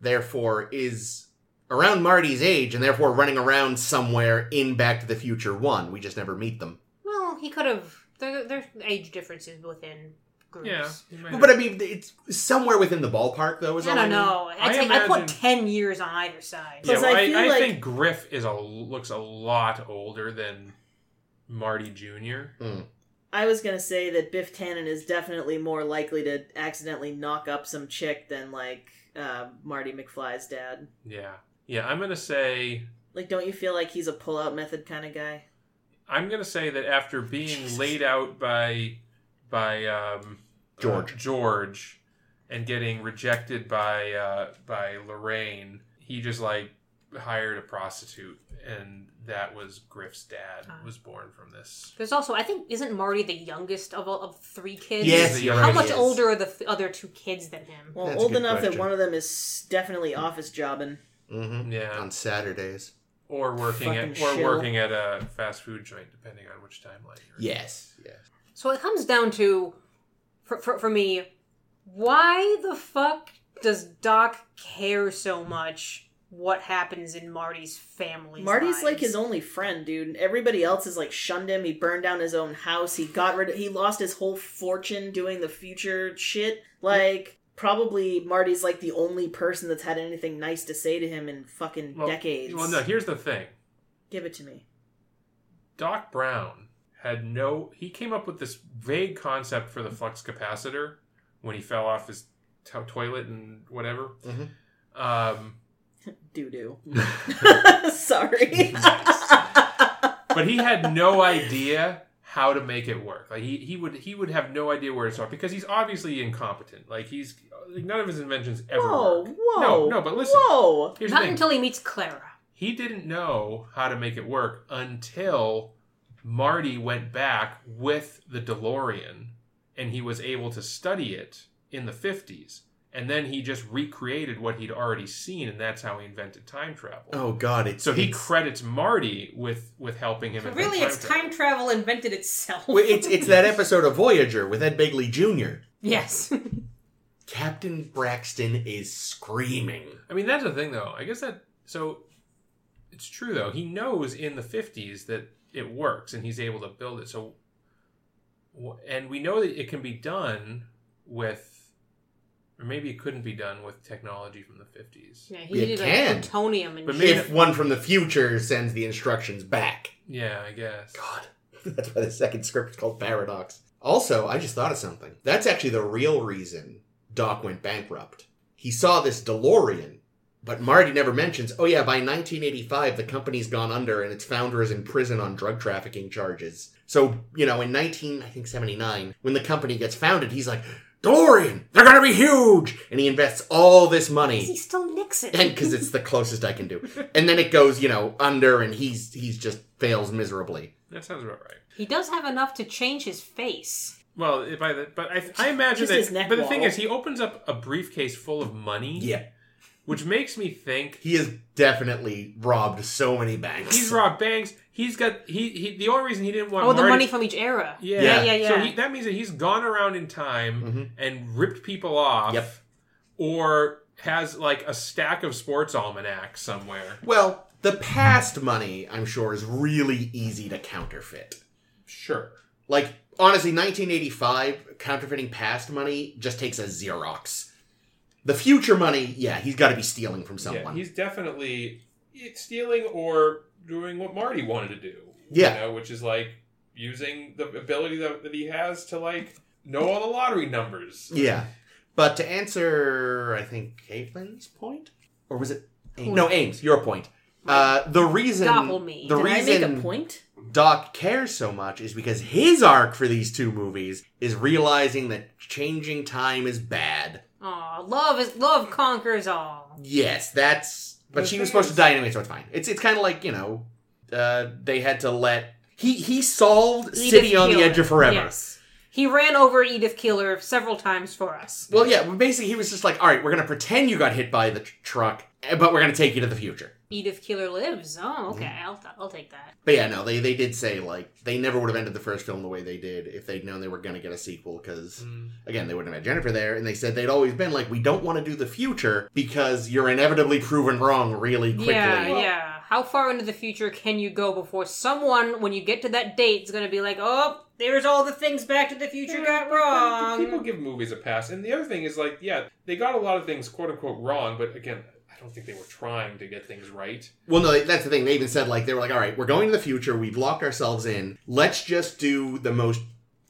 Speaker 3: therefore, is around Marty's age and therefore running around somewhere in Back to the Future One. We just never meet them.
Speaker 1: Well, he could have. There, there's age differences within groups.
Speaker 4: yeah. you might
Speaker 3: But I mean, it's somewhere within the ballpark, though. Is
Speaker 1: I
Speaker 3: all
Speaker 1: don't
Speaker 3: mean.
Speaker 1: know. I,
Speaker 4: I
Speaker 1: take, I put
Speaker 4: imagine-
Speaker 1: ten years on either side.
Speaker 4: Yeah,
Speaker 2: Because
Speaker 4: well,
Speaker 2: I
Speaker 4: I,
Speaker 2: feel
Speaker 4: I
Speaker 2: like-
Speaker 4: think Griff is a looks a lot older than Marty Junior.
Speaker 2: I was gonna say that Biff Tannen is definitely more likely to accidentally knock up some chick than like uh, Marty McFly's dad.
Speaker 4: Yeah, yeah. I'm gonna say
Speaker 2: Like, don't you feel like he's a pull-out method kind of guy?
Speaker 4: I'm gonna say that after being
Speaker 3: Jesus.
Speaker 4: laid out by by um,
Speaker 3: George.
Speaker 4: uh, George, and getting rejected by uh, by Lorraine, he just like hired a prostitute, and that was Griff's dad
Speaker 1: Ah.
Speaker 4: was born from this.
Speaker 1: There's also, I think, isn't Marty the youngest of all, of three kids?
Speaker 3: Yes,
Speaker 4: How
Speaker 3: you're
Speaker 1: How
Speaker 3: right,
Speaker 1: much
Speaker 3: he is.
Speaker 1: older are the th- other two kids than him?
Speaker 2: Well,
Speaker 3: That's a
Speaker 2: old
Speaker 3: good
Speaker 2: enough that
Speaker 3: question.
Speaker 2: one of them is definitely office jobbing.
Speaker 3: hmm
Speaker 4: Yeah,
Speaker 3: On Saturdays.
Speaker 4: or working at
Speaker 2: Fucking
Speaker 4: or
Speaker 2: shill.
Speaker 4: working at a fast food joint, depending on which timeline. You're in.
Speaker 3: Yes. Yes.
Speaker 1: So it comes down to, for, for, for me, why the fuck does Doc care so much what happens in Marty's family?
Speaker 2: Marty's like his only friend, dude. Everybody else is like shunned him. He burned down his own house. He got rid. he lost his whole fortune doing the future shit. Like, probably Marty's like the only person that's had anything nice to say to him in fucking
Speaker 4: Well-
Speaker 2: decades.
Speaker 4: Well, no. Here's the thing.
Speaker 2: Give it to me.
Speaker 4: Doc Brown had no. He came up with this vague concept for the flux capacitor when he fell off his to toilet and whatever.
Speaker 3: Mhm.
Speaker 4: Um,
Speaker 2: Doo doo.
Speaker 4: but
Speaker 2: Sorry.
Speaker 4: he had no idea how to make it work. Like he, he would he would have no idea where to start because he's obviously incompetent. Like he's like none of his inventions ever
Speaker 2: whoa,
Speaker 4: work.
Speaker 2: whoa.
Speaker 4: No, no. But listen,
Speaker 2: Whoa.
Speaker 4: here's
Speaker 1: Not
Speaker 4: the thing.
Speaker 1: until he meets Clara.
Speaker 4: he didn't know how to make it work until Marty went back with the DeLorean and he was able to study it in the 50s. And then he just recreated what he'd already seen, and that's how he invented time travel.
Speaker 3: Oh God! It's
Speaker 4: so he
Speaker 3: it's-
Speaker 4: credits Marty with with helping him. invent
Speaker 1: really, it's
Speaker 4: travel.
Speaker 1: time travel invented itself.
Speaker 3: Well, it's it's that episode of Voyager with Ed Begley Jr.
Speaker 1: yes.
Speaker 3: Captain Braxton is screaming.
Speaker 4: I mean, that's the thing, though. I guess that so it's true though. He knows in the fifties that it works, and he's able to build it. So, wh- and we know that it can be done with, or maybe it couldn't be done with technology from the fifties.
Speaker 1: yeah,
Speaker 3: You
Speaker 1: he did
Speaker 3: can.
Speaker 1: like plutonium and
Speaker 4: But
Speaker 1: shit.
Speaker 4: maybe-
Speaker 3: If one from the future sends the instructions back,
Speaker 4: Yeah, I guess.
Speaker 3: God, that's why the second script is called Paradox. Also, I just thought of something. That's actually the real reason Doc went bankrupt. He saw this DeLorean, but Marty never mentions. Oh yeah, by 1985, the company's gone under and its founder is in prison on drug trafficking charges. So you know, in 19, I think 79, when the company gets founded, he's like. DeLorean, they're gonna be huge, and he invests all this money.
Speaker 1: he still nicks it.
Speaker 3: and because it's the closest I can do. And then it goes, you know, under, and he's he's just fails miserably.
Speaker 4: That sounds about right.
Speaker 1: He does have enough to change his face.
Speaker 4: Well, it- by the but I, I imagine
Speaker 2: Just his
Speaker 4: that.
Speaker 2: neck
Speaker 4: But the thing
Speaker 2: wall.
Speaker 4: is, he opens up a briefcase full of money. which makes me think
Speaker 3: He has definitely robbed so many banks.
Speaker 4: he's robbed banks. He's got he, he the only reason he didn't want
Speaker 1: Oh, the
Speaker 4: Marty-
Speaker 1: money from each era.
Speaker 4: Yeah.
Speaker 1: yeah, yeah.
Speaker 3: Yeah.
Speaker 4: So he, that means that he's gone around in time
Speaker 3: Mhm.
Speaker 4: and ripped people off,
Speaker 3: Yep.
Speaker 4: or has like a stack of sports almanacs somewhere.
Speaker 3: Well, the past money, I'm sure, is really easy to counterfeit.
Speaker 4: Sure.
Speaker 3: Like, honestly, 1985, counterfeiting past money just takes a Xerox. The future money, yeah, he's got to be stealing from
Speaker 4: Yeah,
Speaker 3: someone.
Speaker 4: he's definitely stealing or doing what Marty wanted to do.
Speaker 3: Yeah.
Speaker 4: You know, which is like using the ability that, that he has to like know all the lottery numbers.
Speaker 3: Yeah. But to answer, I think, Caitlin's point? Or was it Ames? No, Ames, your point. Uh, the reason
Speaker 1: Doppel me.
Speaker 3: the
Speaker 2: Did I
Speaker 3: reason
Speaker 2: make a point?
Speaker 3: Doc cares so much is because his arc for these two movies is realizing that changing time is bad.
Speaker 1: Aw, love is love conquers all.
Speaker 3: Yes, that's. But
Speaker 4: The
Speaker 3: she was
Speaker 4: thing
Speaker 3: supposed
Speaker 4: is-
Speaker 3: to die anyway, so it's fine. It's it's kind of like you know, uh, they had to let he he solved City on the
Speaker 1: Killer.
Speaker 3: Edge of Forever.
Speaker 1: Yes. He ran over Edith Keeler several times for us.
Speaker 3: Well, yeah, but basically he was just like, all right, we're gonna pretend you got hit by the tr- truck, eh, but we're gonna take you to the future.
Speaker 1: Edith Keeler lives. Oh, okay.
Speaker 3: Mm.
Speaker 1: I'll, I'll take that.
Speaker 3: But yeah, no, they they did say like they never would have ended the first film the way they did if they'd known they were gonna get a sequel because
Speaker 4: Mm.
Speaker 3: again they wouldn't have had Jennifer there, and they said they'd always been like, we don't want to do the future because you're inevitably proven wrong really quickly.
Speaker 1: Yeah, yeah. How far into the future can you go before someone, when you get to that date, is going to be like, oh, there's all the things Back to the Future got
Speaker 3: uh,
Speaker 4: People
Speaker 1: wrong?
Speaker 4: give movies a pass. And the other thing is like, yeah, they got a lot of things quote unquote wrong, but again, I don't think they were trying to get things right.
Speaker 3: Well, no, that's the thing. They even said like they were like, "All right, we're going to the future. We've locked ourselves in. Let's just do the most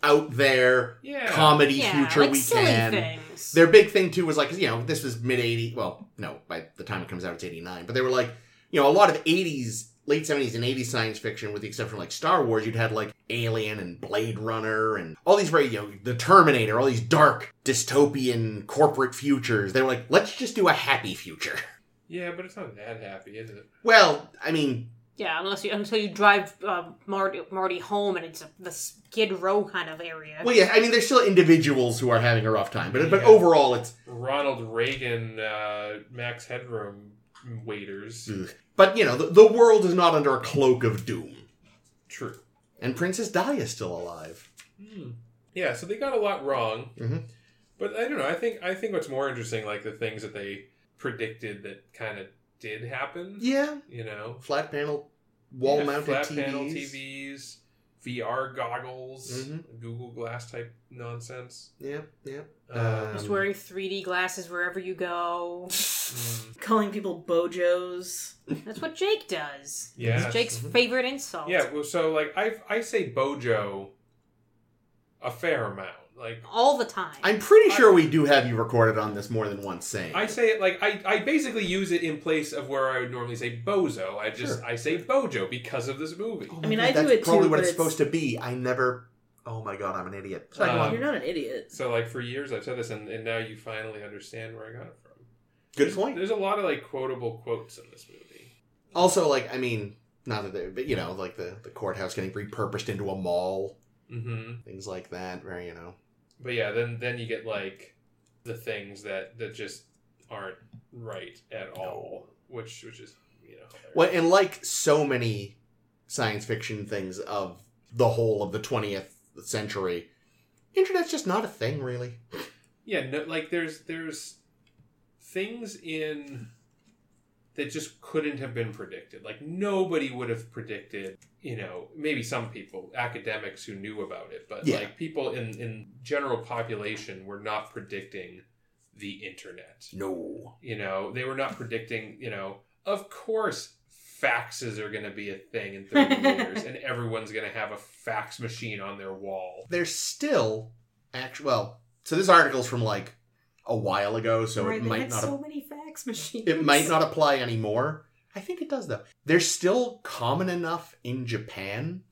Speaker 3: out there
Speaker 4: Yeah.
Speaker 3: comedy
Speaker 1: Yeah,
Speaker 3: future
Speaker 1: like
Speaker 3: we
Speaker 1: silly
Speaker 3: can."
Speaker 1: things.
Speaker 3: Their big thing too was like, 'cause, you know, this was mid '80s. Well, no, by the time it comes out, it's '89. But they were like, you know, a lot of '80s, late '70s, and '80s science fiction, with the exception of like Star Wars, you'd had like Alien and Blade Runner and all these very, you know, the Terminator, all these dark dystopian corporate futures. They were like, let's just do a happy future.
Speaker 4: Yeah, but it's not that happy, is it?
Speaker 3: Well, I mean,
Speaker 1: yeah, unless you until you drive uh, Marty, Marty home and it's a, the Skid Row kind of area.
Speaker 3: Well, yeah, I mean, there's still individuals who are having a rough time, but but
Speaker 4: Yeah.
Speaker 3: overall, it's.
Speaker 4: Ronald Reagan, uh, Max Headroom waiters.
Speaker 3: ugh. But you know, the, the world is not under a cloak of doom,
Speaker 4: True.
Speaker 3: and Princess Di is still alive. Hmm.
Speaker 4: Yeah, so they got a lot wrong.
Speaker 3: Mhm.
Speaker 4: But I don't know. I think I think what's more interesting, like the things that they predicted that kind of did happen.
Speaker 3: Yeah,
Speaker 4: You know,
Speaker 3: flat panel, wall mounted
Speaker 4: flat
Speaker 3: TVs.
Speaker 4: panel TVs, VR goggles,
Speaker 3: Mhm.
Speaker 4: Google Glass type nonsense.
Speaker 3: Yeah, yeah.
Speaker 4: Uh,
Speaker 1: Just
Speaker 3: Um,
Speaker 1: wearing 3D glasses wherever you go.
Speaker 4: mm,
Speaker 2: Calling people bojos.
Speaker 1: That's what Jake does.
Speaker 4: yeah.
Speaker 1: It's Jake's
Speaker 3: Mhm.
Speaker 1: favorite insult.
Speaker 4: Yeah. Well, so like I I say bojo a fair amount. Like
Speaker 1: All the time.
Speaker 3: I'm pretty sure we do have you recorded on this more than once saying.
Speaker 4: I say it like I, I basically use it in place of where I would normally say bozo. I just
Speaker 3: Sure.
Speaker 4: I say bojo because of this movie.
Speaker 3: Oh
Speaker 2: I
Speaker 3: my
Speaker 2: mean,
Speaker 3: God,
Speaker 2: I do
Speaker 3: that's
Speaker 2: it too,
Speaker 3: Probably what
Speaker 2: but
Speaker 3: it's
Speaker 2: it's-
Speaker 3: supposed to be. I never. Oh my god, I'm an idiot. Second
Speaker 4: Um,
Speaker 3: one.
Speaker 2: You're not an idiot.
Speaker 4: So like for years I've said this and, and now you finally understand where I got it from.
Speaker 3: Good
Speaker 4: There's-
Speaker 3: point.
Speaker 4: There's a lot of like quotable quotes in this movie.
Speaker 3: Also, like, I mean, not that, they, but you know, like the the courthouse getting repurposed into a mall,
Speaker 4: hmm
Speaker 3: things like that. Very, you know.
Speaker 4: But yeah, then then you get like the things that that just aren't right at all, which which is you know.
Speaker 3: Well, and like so many science fiction things of the whole of the 20th century, internet's just not a thing, really.
Speaker 4: Yeah, no, like there's there's things in that just couldn't have been predicted. Like nobody would have predicted, you know, maybe some people, academics who knew about it, but
Speaker 3: Yeah.
Speaker 4: like people in in general population were not predicting the internet.
Speaker 3: No.
Speaker 4: You know, they were not predicting, you know, of course faxes are going to be a thing in 30 years and everyone's going to have a fax machine on their wall.
Speaker 3: There's still, actually, well, so this article's from like a while ago, so
Speaker 1: Right,
Speaker 3: it
Speaker 1: they
Speaker 3: might
Speaker 1: had
Speaker 3: not
Speaker 1: so many fax machines.
Speaker 3: it might not apply anymore. I think it does though. They're still common enough in Japan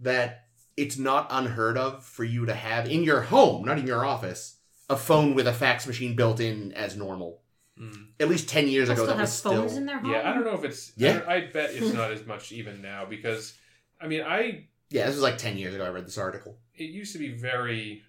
Speaker 3: that it's not unheard of for you to have in your home, not in your office, a phone with a fax machine built in as normal.
Speaker 4: Mm.
Speaker 3: At least ten years
Speaker 1: People
Speaker 3: ago,
Speaker 1: still have
Speaker 3: that was
Speaker 1: phones
Speaker 3: still
Speaker 1: in their home.
Speaker 4: Yeah, I don't know if it's. I,
Speaker 3: Yeah.
Speaker 4: don't- I bet it's not as much even now because, I mean, I
Speaker 3: yeah. This was like ten years ago. I read this article.
Speaker 4: it used to be very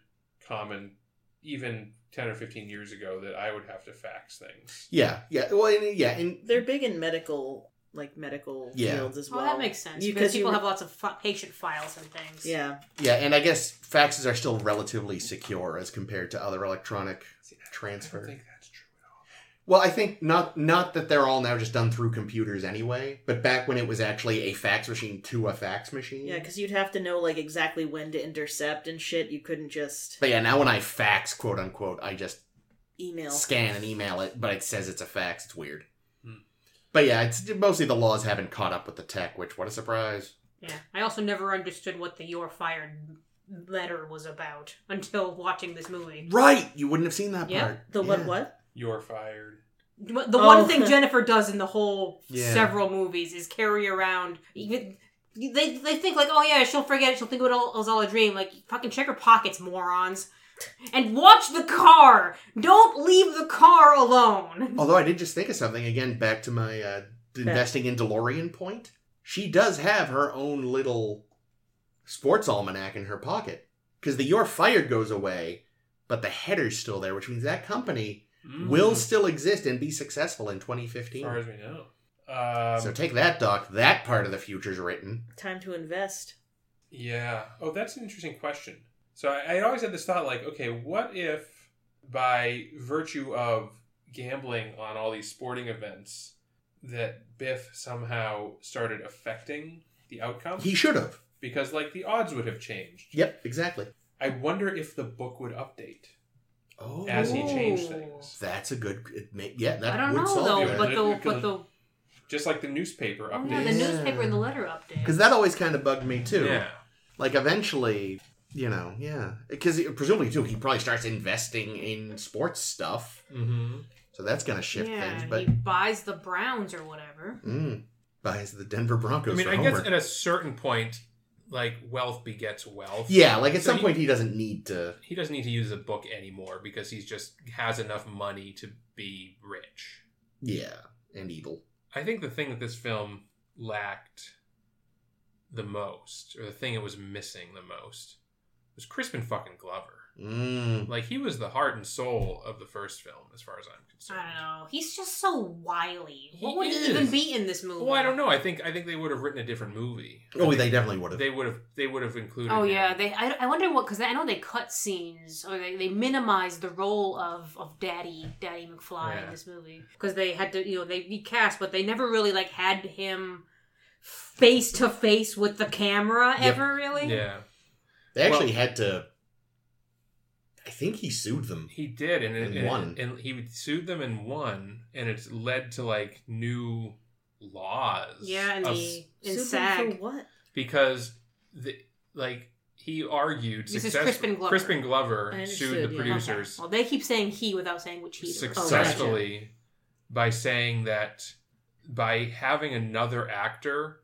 Speaker 4: common even 10 or 15 years ago that I would have to fax things.
Speaker 3: Yeah, yeah. Well, and, yeah, and
Speaker 2: They're big in medical, like medical
Speaker 3: Yeah.
Speaker 2: fields as well.
Speaker 1: Well, that makes sense
Speaker 2: You-
Speaker 1: because
Speaker 2: 'cause you
Speaker 1: people
Speaker 2: were-
Speaker 1: have lots of fa- patient files and things.
Speaker 2: Yeah,
Speaker 3: yeah, and I guess faxes are still relatively secure as compared to other electronic
Speaker 4: See, I- I
Speaker 3: transfer.
Speaker 4: don't think that's true at all.
Speaker 3: Well, I think not not that they're all now just done through computers anyway, but back when it was actually a fax machine to a fax machine.
Speaker 2: yeah, because you'd have to know like exactly when to intercept and shit. You couldn't just
Speaker 3: But yeah, now when I fax, quote unquote, I just
Speaker 2: email.
Speaker 3: scan and email it, but it says it's a fax. It's weird.
Speaker 4: Hmm.
Speaker 3: But yeah, it's mostly the laws haven't caught up with the tech, which what a surprise.
Speaker 1: Yeah. I also never understood what the "you're fired" letter was about until watching this movie.
Speaker 3: Right, you wouldn't have seen that
Speaker 1: Yeah,
Speaker 3: part.
Speaker 2: The what?
Speaker 3: Yeah.
Speaker 2: What?
Speaker 4: You're fired.
Speaker 1: The one
Speaker 2: Oh.
Speaker 1: thing Jennifer does in the whole
Speaker 3: Yeah.
Speaker 1: several movies is carry around even. They, they think like oh yeah she'll forget it she'll think it all it was all a dream like fucking check her pockets morons and watch the car don't leave the car alone
Speaker 3: Although I did just think of something again, back to my uh, investing in DeLorean point. She does have her own little sports almanac in her pocket because the "You're fired" goes away, but the header's still there, which means that company
Speaker 4: Mm.
Speaker 3: will still exist and be successful in
Speaker 4: As
Speaker 3: 2015.
Speaker 4: far as we know. Um,
Speaker 3: so take that, Doc. That part of the future's written.
Speaker 2: Time to invest.
Speaker 4: Yeah. Oh, that's an interesting question. So I, I always had this thought like, okay, what if by virtue of gambling on all these sporting events that Biff somehow started affecting the outcome?
Speaker 3: He should have.
Speaker 4: because like the odds would have changed.
Speaker 3: Yep, exactly.
Speaker 4: I wonder if the book would update
Speaker 3: Oh,
Speaker 4: as he changed
Speaker 1: Ooh.
Speaker 4: things.
Speaker 3: That's a good. It may, yeah, that
Speaker 1: I don't
Speaker 3: would
Speaker 1: know
Speaker 3: solve
Speaker 1: though
Speaker 4: it.
Speaker 1: but the but the
Speaker 4: Just like the newspaper
Speaker 1: oh,
Speaker 4: updates.
Speaker 1: yeah, the newspaper and the letter update
Speaker 3: because that always kind of bugged me too.
Speaker 4: Yeah.
Speaker 3: like eventually you know yeah because presumably too he probably starts investing in sports stuff
Speaker 4: Mm-hmm.
Speaker 3: so that's gonna shift
Speaker 1: yeah,
Speaker 3: things
Speaker 1: and
Speaker 3: but
Speaker 1: he buys the Browns or whatever.
Speaker 3: mm, buys the denver broncos
Speaker 4: I mean,
Speaker 3: for
Speaker 4: I
Speaker 3: homer
Speaker 4: guess at a certain point, like wealth begets wealth.
Speaker 3: yeah like at
Speaker 4: So
Speaker 3: some
Speaker 4: he-
Speaker 3: point he doesn't need to
Speaker 4: he doesn't need to use the book anymore because he's just has enough money to be rich.
Speaker 3: yeah and evil
Speaker 4: I think the thing that this film lacked the most, or the thing it was missing the most, was Crispin fucking Glover.
Speaker 3: mm.
Speaker 4: Like he was the heart and soul of the first film, as far as I'm
Speaker 1: I
Speaker 4: concerned.
Speaker 1: don't know. He's just so wily. What
Speaker 4: He
Speaker 1: would
Speaker 4: is.
Speaker 1: he even be in this movie?
Speaker 4: Well, I don't know. I think I think they would have written a different movie.
Speaker 3: oh they definitely would have
Speaker 4: They would have. They would have included.
Speaker 1: Oh
Speaker 4: him.
Speaker 1: yeah, they. I, I wonder what because I know they cut scenes or they, they minimized the role of of Daddy Daddy McFly
Speaker 4: Yeah.
Speaker 1: in this movie because they had to you know they recast but they never really like had him face to face with the camera
Speaker 3: Yep.
Speaker 1: ever really.
Speaker 4: Yeah,
Speaker 3: they actually
Speaker 4: well-
Speaker 3: had to i think he sued them
Speaker 4: he did, and, it,
Speaker 3: And
Speaker 4: and
Speaker 3: won.
Speaker 4: and he sued them and won, and it's led to like new laws.
Speaker 1: Yeah, and
Speaker 4: of-
Speaker 1: the in
Speaker 2: Sued them
Speaker 1: SAG.
Speaker 2: for what?
Speaker 4: because the like he argued
Speaker 1: This is
Speaker 4: success-
Speaker 1: Crispin Glover.
Speaker 4: Crispin Glover
Speaker 2: I understood,
Speaker 4: sued the
Speaker 2: yeah.
Speaker 4: producers
Speaker 1: Okay. Well, they keep saying he without saying which he. Oh,
Speaker 4: successfully by saying that by having another actor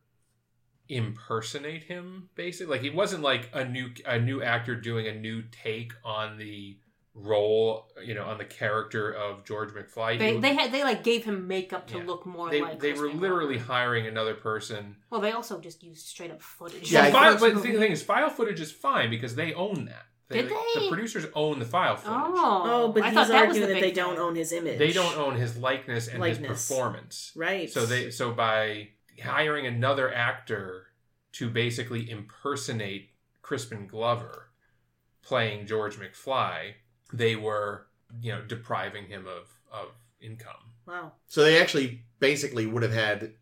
Speaker 4: impersonate him basically like it wasn't like a new a new actor doing a new take on the role you know on the character of george mcfly
Speaker 1: They,
Speaker 4: It-
Speaker 1: they had they like gave him makeup to
Speaker 4: Yeah.
Speaker 1: look more
Speaker 4: they,
Speaker 1: like.
Speaker 4: they were
Speaker 1: Crispin
Speaker 4: literally
Speaker 1: Glover.
Speaker 4: hiring another person
Speaker 1: Well, they also just used straight up footage.
Speaker 3: Yeah,
Speaker 4: yeah,
Speaker 3: I
Speaker 4: file,
Speaker 3: think-
Speaker 4: but the thing, the thing is file footage is fine because they own that
Speaker 1: Did they?
Speaker 4: the producers own the file footage
Speaker 1: Oh,
Speaker 2: Oh, but
Speaker 1: I
Speaker 2: he's
Speaker 1: thought that was
Speaker 2: arguing
Speaker 1: the
Speaker 2: that,
Speaker 1: big
Speaker 2: they don't
Speaker 1: thing.
Speaker 2: own his image.
Speaker 4: they don't own his likeness and his
Speaker 2: Likeness.
Speaker 4: performance
Speaker 2: Right.
Speaker 4: So they so by hiring another actor to basically impersonate Crispin Glover playing George McFly, they were, you know, depriving him of of income.
Speaker 2: Wow.
Speaker 3: so they actually basically would have had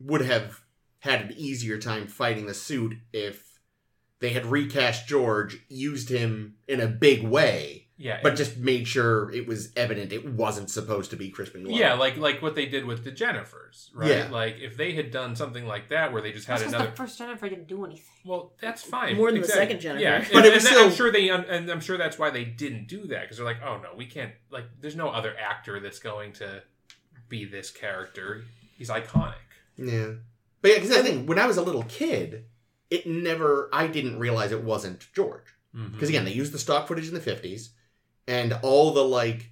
Speaker 3: would have had an easier time fighting the suit if they had recast george used him in a big way
Speaker 4: Yeah.
Speaker 3: but just made sure it was evident it wasn't supposed to be Crispin Glover.
Speaker 4: yeah, like like what they did with the Jennifers, right?
Speaker 3: Yeah.
Speaker 4: Like if they had done something like that where they just had
Speaker 1: This was
Speaker 4: another
Speaker 1: the first Jennifer didn't do anything.
Speaker 4: Well, that's fine.
Speaker 2: More than the second Jennifer.
Speaker 4: Yeah,
Speaker 2: But
Speaker 4: but
Speaker 3: it was
Speaker 4: I'm
Speaker 3: still-
Speaker 4: sure they, and I'm sure that's why they didn't do that because they're like, oh no, we can't. Like, there's no other actor that's going to be this character. He's iconic.
Speaker 3: yeah. But yeah, because I think when I was a little kid, it never I didn't realize it wasn't George because again they used the stock footage in the fifties, and all the like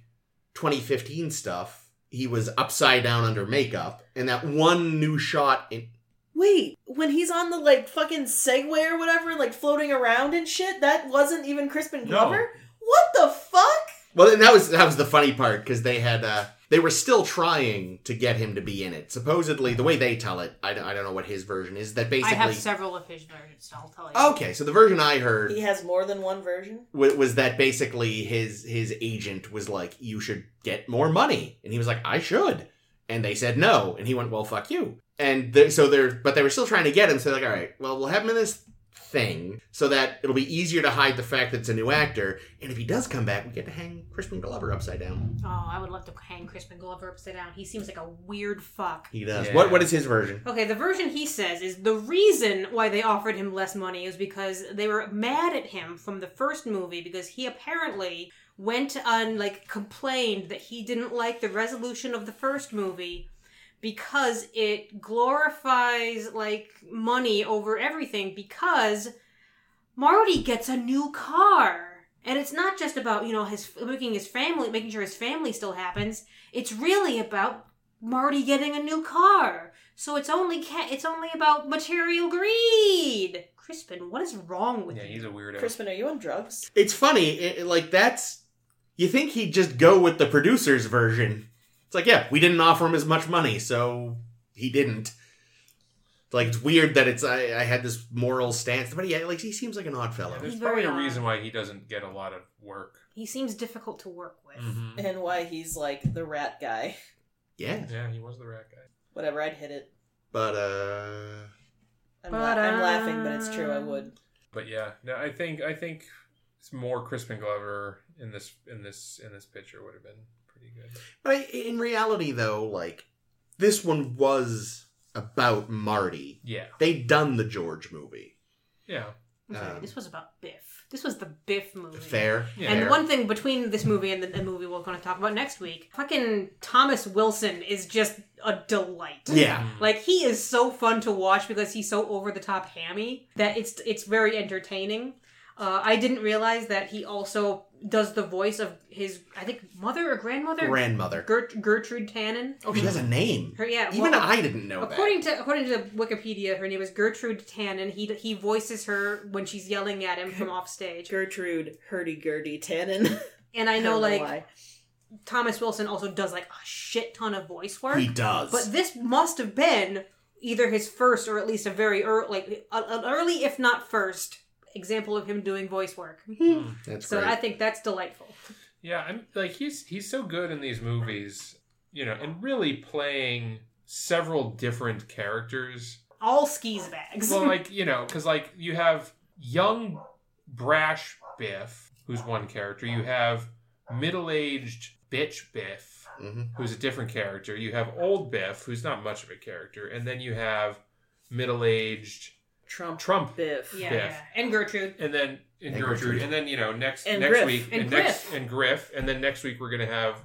Speaker 3: 2015 stuff he was upside down under makeup, and that one new shot in
Speaker 2: Wait, when he's on the like fucking Segway or whatever, like floating around and shit, that wasn't even Crispin
Speaker 4: No.
Speaker 2: Glover. What the fuck?
Speaker 3: Well, and that was that was the funny part because they had uh, they were still trying to get him to be in it. Supposedly, the way they tell it, I don't, I don't know what his version is. That
Speaker 1: I
Speaker 3: basically,
Speaker 1: have several of his versions, so I'll tell you.
Speaker 4: Oh!
Speaker 3: okay, so the version I heard
Speaker 2: He has more than one version.
Speaker 3: wa- was that basically his his agent was like, "You should get more money," and he was like, "I should," and they said no, and he went, "Well, fuck you." And they so they're but they were still trying to get him. So they're like, "All right, well, we'll have him in this thing so that it'll be easier to hide the fact that it's a new actor, and if he does come back, we get to hang Crispin Glover upside down."
Speaker 1: Oh, I would love to hang Crispin Glover upside down. He seems like a weird fuck.
Speaker 3: He does.
Speaker 4: Yeah.
Speaker 3: What what is his version?
Speaker 1: Okay, the version he says is the reason why they offered him less money is because they were mad at him from the first movie because he apparently went on like complained that he didn't like the resolution of the first movie because it glorifies like money over everything because Marty gets a new car. And it's not just about, you know, his making his family, making sure his family still happens. It's really about Marty getting a new car. So it's only ca- it's only about material greed. Crispin, what is wrong with
Speaker 4: Yeah,
Speaker 1: you?
Speaker 4: he's a weirdo.
Speaker 2: Crispin, are you on drugs?
Speaker 3: It's funny, it, it- like that's you think he'd just go with the producer's version. It's like, yeah, we didn't offer him as much money, so he didn't. Like it's weird that it's I, I had this moral stance, but yeah, like he seems like an odd fellow.
Speaker 4: There's
Speaker 1: He's
Speaker 4: probably
Speaker 1: very
Speaker 4: a
Speaker 1: odd.
Speaker 4: reason why he doesn't get a lot of work.
Speaker 1: He seems difficult to work with.
Speaker 3: Mm-hmm.
Speaker 4: Mhm.
Speaker 2: And why he's like the rat guy.
Speaker 3: Yeah,
Speaker 4: Yeah, he was the rat guy.
Speaker 2: Whatever, I'd hit it.
Speaker 3: but uh,
Speaker 2: I'm, la- I'm
Speaker 1: Ba-da.
Speaker 2: laughing, but it's true. I would.
Speaker 4: But yeah, no, I think I think it's more Crispin Glover in this in this in this picture would have been pretty good.
Speaker 3: but I, in reality though, like this one was about Marty.
Speaker 4: Yeah,
Speaker 3: They'd done the George movie.
Speaker 4: yeah,
Speaker 1: I'm sorry,
Speaker 3: Um,
Speaker 1: this was about Biff. This was the Biff movie.
Speaker 3: Fair.
Speaker 4: Yeah.
Speaker 3: fair.
Speaker 1: And one thing between this movie and the, the movie we're going to talk about next week, fucking Thomas Wilson is just a delight.
Speaker 3: Yeah.
Speaker 4: Mm-hmm.
Speaker 1: Like he is so fun to watch because he's so over the top hammy that it's it's very entertaining. Uh, I didn't realize that he also does the voice of his I think mother or grandmother
Speaker 3: Grandmother.
Speaker 1: Gert- Gertrude Tannen.
Speaker 3: Oh, she has a name.
Speaker 1: Her yeah.
Speaker 3: Even
Speaker 1: well,
Speaker 3: I didn't know that.
Speaker 1: according to according to Wikipedia, her name is Gertrude Tannen. He he voices her when she's yelling at him from off stage.
Speaker 2: Gertrude hurdy gurdy Tannen.
Speaker 1: And I
Speaker 2: I
Speaker 1: know
Speaker 2: don't
Speaker 1: like
Speaker 2: why.
Speaker 1: Thomas Wilson also does like a shit ton of voice work.
Speaker 3: He does.
Speaker 1: But this must have been either his first or at least a very early, like a- an early, if not first, example of him doing voice work.
Speaker 4: Mhm.
Speaker 3: That's
Speaker 1: so
Speaker 3: Hmm. great.
Speaker 1: I think that's delightful.
Speaker 4: yeah. I'm like he's he's so good in these movies, you know, and really playing several different characters.
Speaker 1: All skis bags.
Speaker 4: Well, like you know, because like you have young, brash Biff, who's one character. You have middle-aged bitch Biff,
Speaker 1: Mm-hmm.
Speaker 3: Mhm.
Speaker 4: who's a different character. You have old Biff, who's not much of a character, and then you have middle-aged
Speaker 2: Trump.
Speaker 4: Trump
Speaker 2: Biff.
Speaker 1: yeah,
Speaker 4: Biff.
Speaker 1: yeah, and Gertrude.
Speaker 4: and then
Speaker 3: And
Speaker 4: and, Gertrude,
Speaker 3: Gertrude.
Speaker 4: and then you know next
Speaker 2: And
Speaker 4: next
Speaker 2: Griff.
Speaker 4: week
Speaker 1: And
Speaker 4: next
Speaker 1: Griff.
Speaker 4: and Griff, and then next week we're gonna have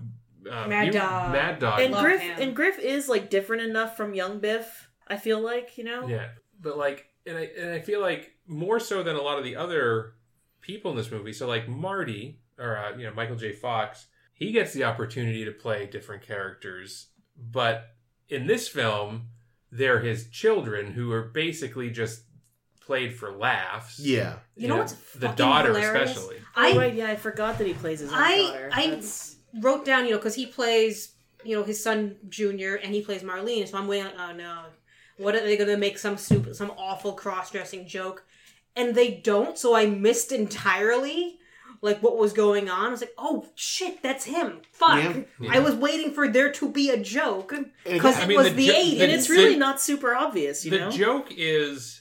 Speaker 4: uh,
Speaker 1: Mad Dog.
Speaker 4: Mad Dog,
Speaker 2: And
Speaker 1: love
Speaker 2: Griff
Speaker 1: him.
Speaker 2: and Griff is like different enough from young Biff. I feel like you know.
Speaker 4: yeah. But like, and I and I feel like more so than a lot of the other people in this movie. So like Marty or uh, you know Michael J. Fox, he gets the opportunity to play different characters, but in this film, they're his children who are basically just played for laughs.
Speaker 3: yeah.
Speaker 1: You know what's
Speaker 4: the
Speaker 1: fucking
Speaker 4: daughter
Speaker 1: hilarious?
Speaker 4: especially.
Speaker 1: I
Speaker 2: oh, right, yeah, I forgot that he plays his own
Speaker 1: I-
Speaker 2: daughter.
Speaker 1: I-
Speaker 2: That's-
Speaker 1: wrote down, you know, because he plays, you know, his son Junior, and he plays Marlene. So I'm waiting. Like, oh no, what are they gonna make some stupid, some awful cross-dressing joke? And they don't. So I missed entirely, like what was going on. I was like, oh shit, that's him. Fuck.
Speaker 3: Yeah,
Speaker 4: yeah.
Speaker 1: I was waiting for there to be a joke
Speaker 3: And
Speaker 1: because
Speaker 4: I
Speaker 1: it
Speaker 4: mean,
Speaker 1: was
Speaker 4: the
Speaker 1: the,
Speaker 4: jo-
Speaker 1: 80s.
Speaker 2: and
Speaker 4: the-
Speaker 2: it's really not super obvious, you
Speaker 4: the
Speaker 2: know.
Speaker 4: joke is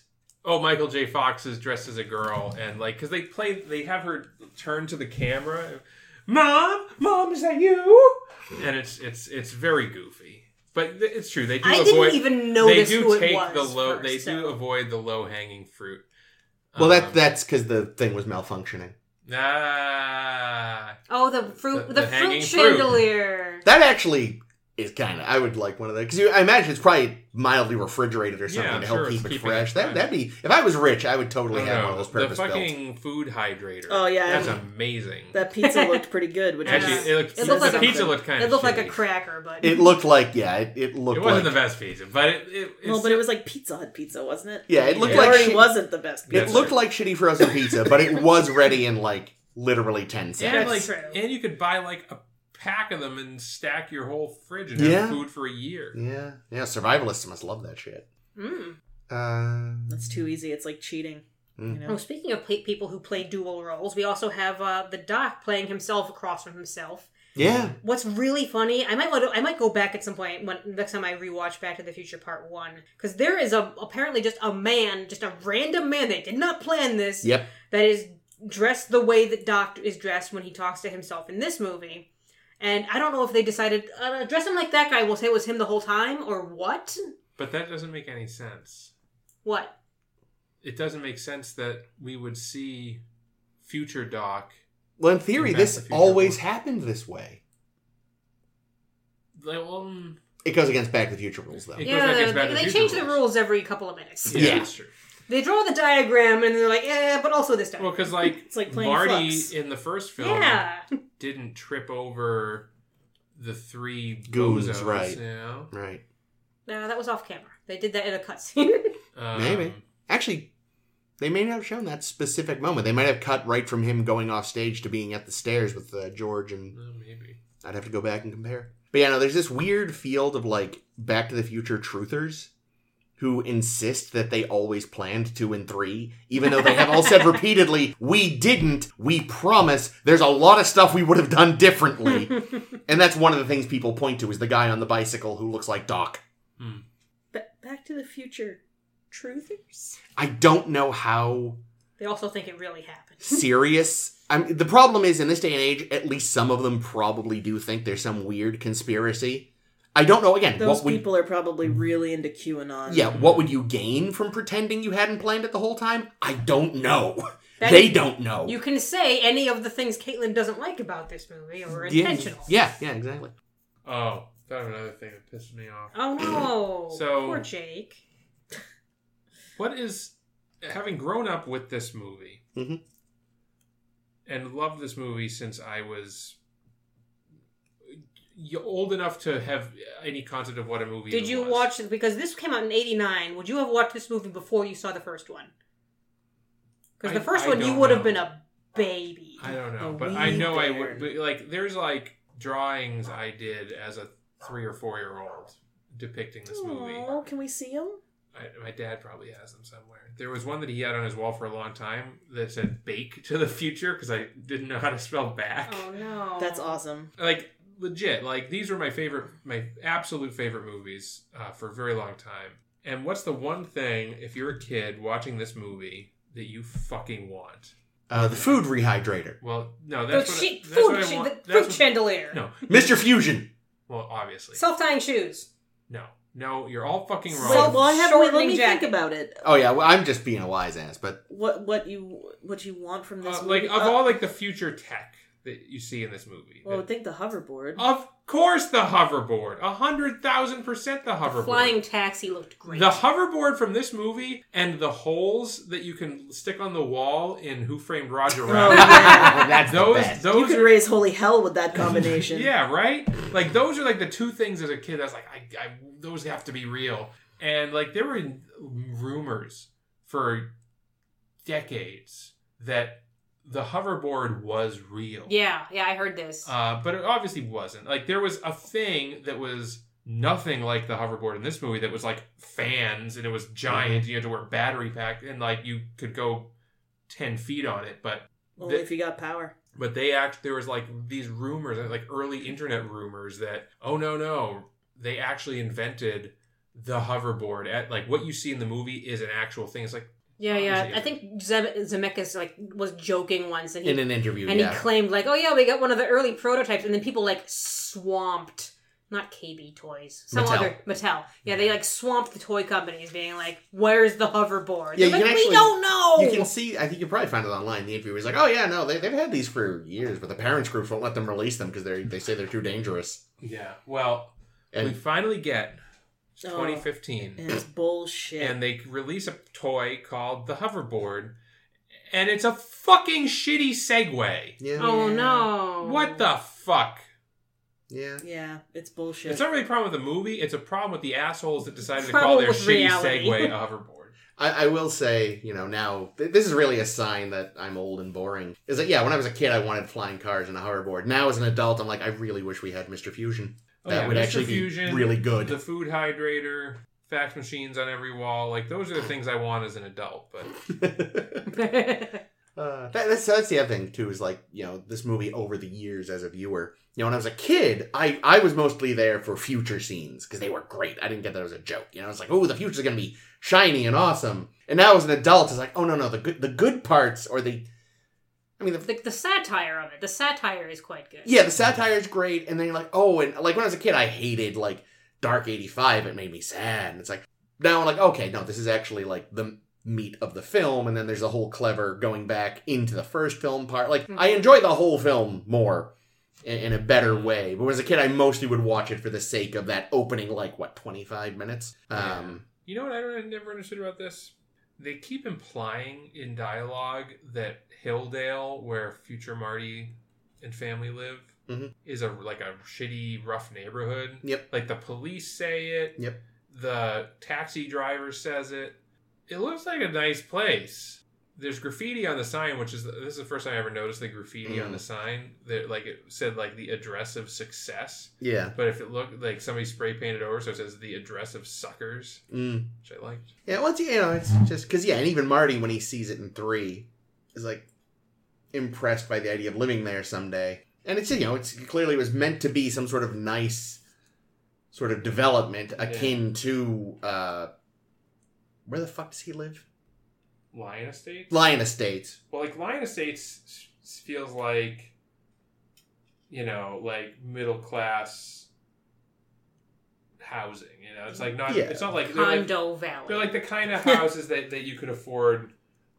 Speaker 4: oh michael j fox is dressed as a girl and like because they play they have her turn to the camera mom mom is that you and it's it's it's very goofy but th- it's true they do
Speaker 1: I didn't
Speaker 4: avoid
Speaker 1: even
Speaker 4: they
Speaker 1: notice
Speaker 4: do
Speaker 1: who
Speaker 4: take
Speaker 1: it was.
Speaker 4: the low
Speaker 1: first,
Speaker 4: they do
Speaker 1: so.
Speaker 4: avoid the low hanging fruit
Speaker 3: Well, that
Speaker 4: Um,
Speaker 3: that's because the thing was malfunctioning.
Speaker 4: ah
Speaker 1: Oh, the fruit,
Speaker 4: The-
Speaker 1: the,
Speaker 4: the hanging
Speaker 1: fruit
Speaker 4: fruit.
Speaker 1: chandelier.
Speaker 3: That actually is kind of. I would like one of those because I imagine it's probably mildly refrigerated or
Speaker 4: Yeah,
Speaker 3: something
Speaker 4: I'm
Speaker 3: to help
Speaker 4: sure it's
Speaker 3: keep it
Speaker 4: keeping
Speaker 3: fresh.
Speaker 4: it
Speaker 3: That
Speaker 4: fresh.
Speaker 3: that'd be. If I was rich, I would totally
Speaker 4: I
Speaker 3: have
Speaker 4: don't
Speaker 3: one of those
Speaker 4: know. the
Speaker 3: purpose built.
Speaker 4: fucking food hydrator
Speaker 2: Oh, yeah.
Speaker 4: that's amazing
Speaker 2: that pizza looked pretty good, which
Speaker 1: Yeah.
Speaker 4: actually it looked,
Speaker 1: It looked
Speaker 4: the
Speaker 1: like a-
Speaker 4: pizza looked kind
Speaker 1: It
Speaker 4: of
Speaker 1: looked like a
Speaker 4: shitty.
Speaker 1: cracker, but mm.
Speaker 3: It looked like yeah. It, it looked
Speaker 4: it wasn't
Speaker 3: like
Speaker 4: the best pizza but it, it it's,
Speaker 2: well, but it was like Pizza Hut pizza, wasn't it?
Speaker 3: yeah. It looked
Speaker 2: It
Speaker 4: Yeah.
Speaker 3: like
Speaker 2: already
Speaker 3: shit-
Speaker 2: wasn't the best.
Speaker 4: Yeah.
Speaker 3: it
Speaker 4: That's
Speaker 3: looked
Speaker 4: right.
Speaker 3: like shitty frozen pizza, but it was ready in like literally 10 cents.
Speaker 4: And like,
Speaker 1: That's true.
Speaker 4: and you could buy like a pack of them and stack your whole fridge and
Speaker 3: Yeah.
Speaker 4: have food for a year.
Speaker 3: Yeah, yeah. Survivalists must love that shit.
Speaker 1: Mm.
Speaker 3: Uh,
Speaker 2: That's too easy. It's like cheating. You
Speaker 3: Mm.
Speaker 1: Oh,
Speaker 2: know?
Speaker 1: speaking of pe- people who play dual roles, we also have uh, the Doc playing himself across from himself.
Speaker 3: yeah,
Speaker 1: What's really funny, I might want to, I might go back at some point when next time I rewatch Back to the Future Part One, because there is a apparently just a man, just a random man that did not plan this,
Speaker 3: yep.
Speaker 1: that is dressed the way that Doc is dressed when he talks to himself in this movie. And I don't know if they decided uh, dress him like that guy. We'll say it was him the whole time, or what?
Speaker 4: But that doesn't make any sense.
Speaker 1: What?
Speaker 4: It doesn't make sense that we would see future Doc
Speaker 3: Well, in theory,
Speaker 4: Back to
Speaker 3: this
Speaker 4: the Future
Speaker 3: always
Speaker 4: one.
Speaker 3: happened this way.
Speaker 4: like well, mm,
Speaker 3: It goes against Back to the Future rules, though.
Speaker 4: It goes
Speaker 1: yeah,
Speaker 4: back
Speaker 1: they,
Speaker 4: as Back to the
Speaker 1: they
Speaker 4: Future
Speaker 1: change the
Speaker 4: rules.
Speaker 1: rules every couple of minutes.
Speaker 4: yeah,
Speaker 3: Yeah.
Speaker 4: that's true.
Speaker 1: They draw the diagram and they're like, yeah, but also this time.
Speaker 4: Well, because like
Speaker 2: It's like playing
Speaker 4: Marty
Speaker 2: Flux.
Speaker 4: in the first film
Speaker 1: yeah.
Speaker 4: didn't trip over the three
Speaker 3: Goons,
Speaker 4: bozos,
Speaker 3: right.
Speaker 4: You know?
Speaker 3: Right.
Speaker 1: No, that was off camera. They did that in a cutscene.
Speaker 4: Um,
Speaker 3: Maybe. Actually, they may not have shown that specific moment. They might have cut right from him going off stage to being at the stairs with uh, George, and
Speaker 4: uh, maybe.
Speaker 3: I'd have to go back and compare. But yeah, no, there's this weird field of like Back to the Future truthers who insist that they always planned two and three, even though they have all said repeatedly, we didn't, we promise, there's a lot of stuff we would have done differently. and that's one of the things people point to is the guy on the bicycle who looks like Doc.
Speaker 2: Ba- Back to the Future truthers?
Speaker 3: I don't know how
Speaker 1: they also think it really happened.
Speaker 3: serious. I'm, the problem is, in this day and age, at least some of them probably do think there's some weird conspiracy. I don't know. Again,
Speaker 2: Those
Speaker 3: what would
Speaker 2: people are probably really into QAnon.
Speaker 3: yeah, what would you gain from pretending you hadn't planned it the whole time? I don't know.
Speaker 1: That-
Speaker 3: they don't know.
Speaker 1: You can say any of the things Caitlin doesn't like about this movie or
Speaker 3: yeah,
Speaker 1: intentional.
Speaker 3: yeah, yeah, exactly.
Speaker 4: Oh, thought of another thing that pissed me off.
Speaker 1: Oh no.
Speaker 4: So-
Speaker 1: poor Jake.
Speaker 4: What is having grown up with this movie
Speaker 3: Mhm.
Speaker 4: and loved this movie since I was y- old enough to have any concept of what a movie
Speaker 1: Did
Speaker 4: even
Speaker 1: you
Speaker 4: was.
Speaker 1: watch because this came out in '89? Would you have watched this movie before you saw the first one? Because the
Speaker 4: I-
Speaker 1: first
Speaker 4: I
Speaker 1: one you
Speaker 4: don't
Speaker 1: would
Speaker 4: know.
Speaker 1: have been a baby.
Speaker 4: I don't know,
Speaker 2: A
Speaker 4: but I
Speaker 2: wee
Speaker 4: know I
Speaker 2: bear.
Speaker 4: would. But like, there's like drawings I did as a three or four year old depicting this movie.
Speaker 2: Oh, can we see them?
Speaker 4: I, my dad probably has them somewhere. There was one that he had on his wall for a long time that said "bake to the future" because I didn't know how to spell back.
Speaker 1: Oh no.
Speaker 2: That's awesome.
Speaker 4: Like legit, like these were my favorite, my absolute favorite movies uh, for a very long time. And what's the one thing if you're a kid watching this movie that you fucking want?
Speaker 3: Uh, the food rehydrator,
Speaker 4: Well, no,
Speaker 1: The
Speaker 4: that's what
Speaker 1: she-
Speaker 4: I, that's
Speaker 1: food,
Speaker 4: what I
Speaker 1: she-
Speaker 4: want.
Speaker 1: the
Speaker 4: that's
Speaker 1: food
Speaker 4: what-
Speaker 1: chandelier.
Speaker 4: no,
Speaker 3: Mister Fusion.
Speaker 4: well, obviously,
Speaker 1: Self tying shoes.
Speaker 4: no, no, you're all fucking
Speaker 1: So-
Speaker 4: wrong.
Speaker 2: Well, well, I have. Wait, let
Speaker 1: Shortening
Speaker 2: me
Speaker 1: jacket.
Speaker 2: think about it.
Speaker 3: Oh yeah, well, I'm just being a wise ass, but
Speaker 2: What what you what you want from this?
Speaker 4: Uh, like
Speaker 2: movie?
Speaker 4: of
Speaker 2: Uh,
Speaker 4: all like the future tech that you see in this movie.
Speaker 2: well, I
Speaker 4: that-
Speaker 2: would think the hoverboard.
Speaker 4: Of course, the hoverboard. A hundred thousand percent, the hoverboard.
Speaker 1: Flying taxi looked great.
Speaker 4: The hoverboard from this movie and the holes that you can stick on the wall in Who Framed Roger Rabbit.
Speaker 2: Oh, yeah.
Speaker 3: that's the
Speaker 4: Oh. those,
Speaker 3: best.
Speaker 4: those
Speaker 2: you could
Speaker 4: are-
Speaker 2: raise holy hell with that combination.
Speaker 4: yeah, right. Like those are like the two things as a kid. I was like, I, I those have to be real. And like there were rumors for decades that the hoverboard was real.
Speaker 1: yeah, yeah, I heard this.
Speaker 4: Uh, but it obviously wasn't. Like there was a thing that was nothing like the hoverboard in this movie that was like fans and it was giant and you had to wear battery pack and like you could go ten feet on it, but
Speaker 2: Only
Speaker 4: the-
Speaker 2: if you got power.
Speaker 4: but they act there was like these rumors like early internet rumors that oh no no they actually invented the hoverboard at like what you see in the movie is an actual thing. It's like
Speaker 1: yeah, yeah.
Speaker 4: obviously
Speaker 1: I think Zeb- Zemeckis like was joking once, and he
Speaker 3: in an interview,
Speaker 1: and
Speaker 3: yeah.
Speaker 1: he claimed like, "Oh yeah, we got one of the early prototypes," and then people like swamped. Not KB Toys, some
Speaker 3: Mattel.
Speaker 1: other Mattel. Yeah, they like swamped the toy companies, being like, "Where's the hoverboard?"
Speaker 3: Yeah,
Speaker 1: They're
Speaker 3: you
Speaker 1: like,
Speaker 3: can
Speaker 1: we
Speaker 3: actually-
Speaker 1: don't know.
Speaker 4: Oh.
Speaker 3: You can see, I think you probably found it online. The interviewer was like, "Oh yeah, no, they, they've had these for years, but the parents' groups won't let them release them because they they say they're too dangerous."
Speaker 4: yeah. Well, we
Speaker 3: And
Speaker 4: finally get it's
Speaker 2: Oh.
Speaker 4: 2015.
Speaker 2: And it's bullshit.
Speaker 4: and they release a toy called the hoverboard, and it's a fucking shitty Segway.
Speaker 3: yeah,
Speaker 1: oh
Speaker 2: Yeah.
Speaker 1: no!
Speaker 4: What the fuck?
Speaker 3: yeah,
Speaker 2: yeah, it's bullshit.
Speaker 4: It's not really a problem with the movie. It's a problem with the assholes that decided to
Speaker 1: Trouble
Speaker 4: call their
Speaker 1: with
Speaker 4: shitty
Speaker 1: reality.
Speaker 4: Segway a hoverboard.
Speaker 3: I, I will say, you know, now th- this is really a sign that I'm old and boring. Is that yeah? When I was a kid, I wanted flying cars and a hoverboard. Now as an adult, I'm like, I really wish we had Mr. Fusion.
Speaker 4: Oh,
Speaker 3: that
Speaker 4: yeah,
Speaker 3: would
Speaker 4: Mr.
Speaker 3: actually
Speaker 4: Fusion,
Speaker 3: be really good.
Speaker 4: The food hydrator, fax machines on every wall, like those are the things I want as an adult. But
Speaker 3: Uh, that, that's that's the other thing too is like you know this movie over the years as a viewer you know when I was a kid I I was mostly there for future scenes because they were great I didn't get that as a joke you know it's like oh the future's gonna be shiny and awesome and now as an adult it's like oh no no the good the good parts or the I mean the
Speaker 1: the, the satire of it. The satire is quite good.
Speaker 3: yeah, the satire's great, and then you're like, oh, and like when I was a kid, I hated like Dark '85. It made me sad. And it's like now I'm like, okay, no, this is actually like the meat of the film, and then there's a whole clever going back into the first film part. Like I enjoy the whole film more in, in a better way. But when I was a kid, I mostly would watch it for the sake of that opening, like what 25 minutes. Um,
Speaker 4: you know what I don't- I never understood about this? They keep implying in dialogue that Hilldale, where future Marty and family live,
Speaker 3: Mhm.
Speaker 4: is a like a shitty, rough neighborhood.
Speaker 3: Yep.
Speaker 4: Like the police say it.
Speaker 3: Yep.
Speaker 4: The taxi driver says it. It looks like a nice place. There's graffiti on the sign, which is this is the first time I ever noticed the graffiti on
Speaker 3: Mm.
Speaker 4: the sign that like it said like the address of success,
Speaker 3: yeah.
Speaker 4: but if it looked like somebody spray painted over, so it says the address of suckers,
Speaker 3: Mm.
Speaker 4: which I liked.
Speaker 3: Yeah, once you, you know, it's just because yeah, and even Marty when he sees it in three is like impressed by the idea of living there someday. And it's you know, it's clearly was meant to be some sort of nice sort of development akin to uh where the fuck does he live?
Speaker 4: Lion Estates?
Speaker 3: Lion Estates.
Speaker 4: Well, like Lion Estates s- s- feels like, you know, like middle class housing. You know, it's like not.
Speaker 3: Yeah.
Speaker 4: It's not like they're, like
Speaker 1: Condo Valley.
Speaker 4: they're like the kind of houses that, that you could afford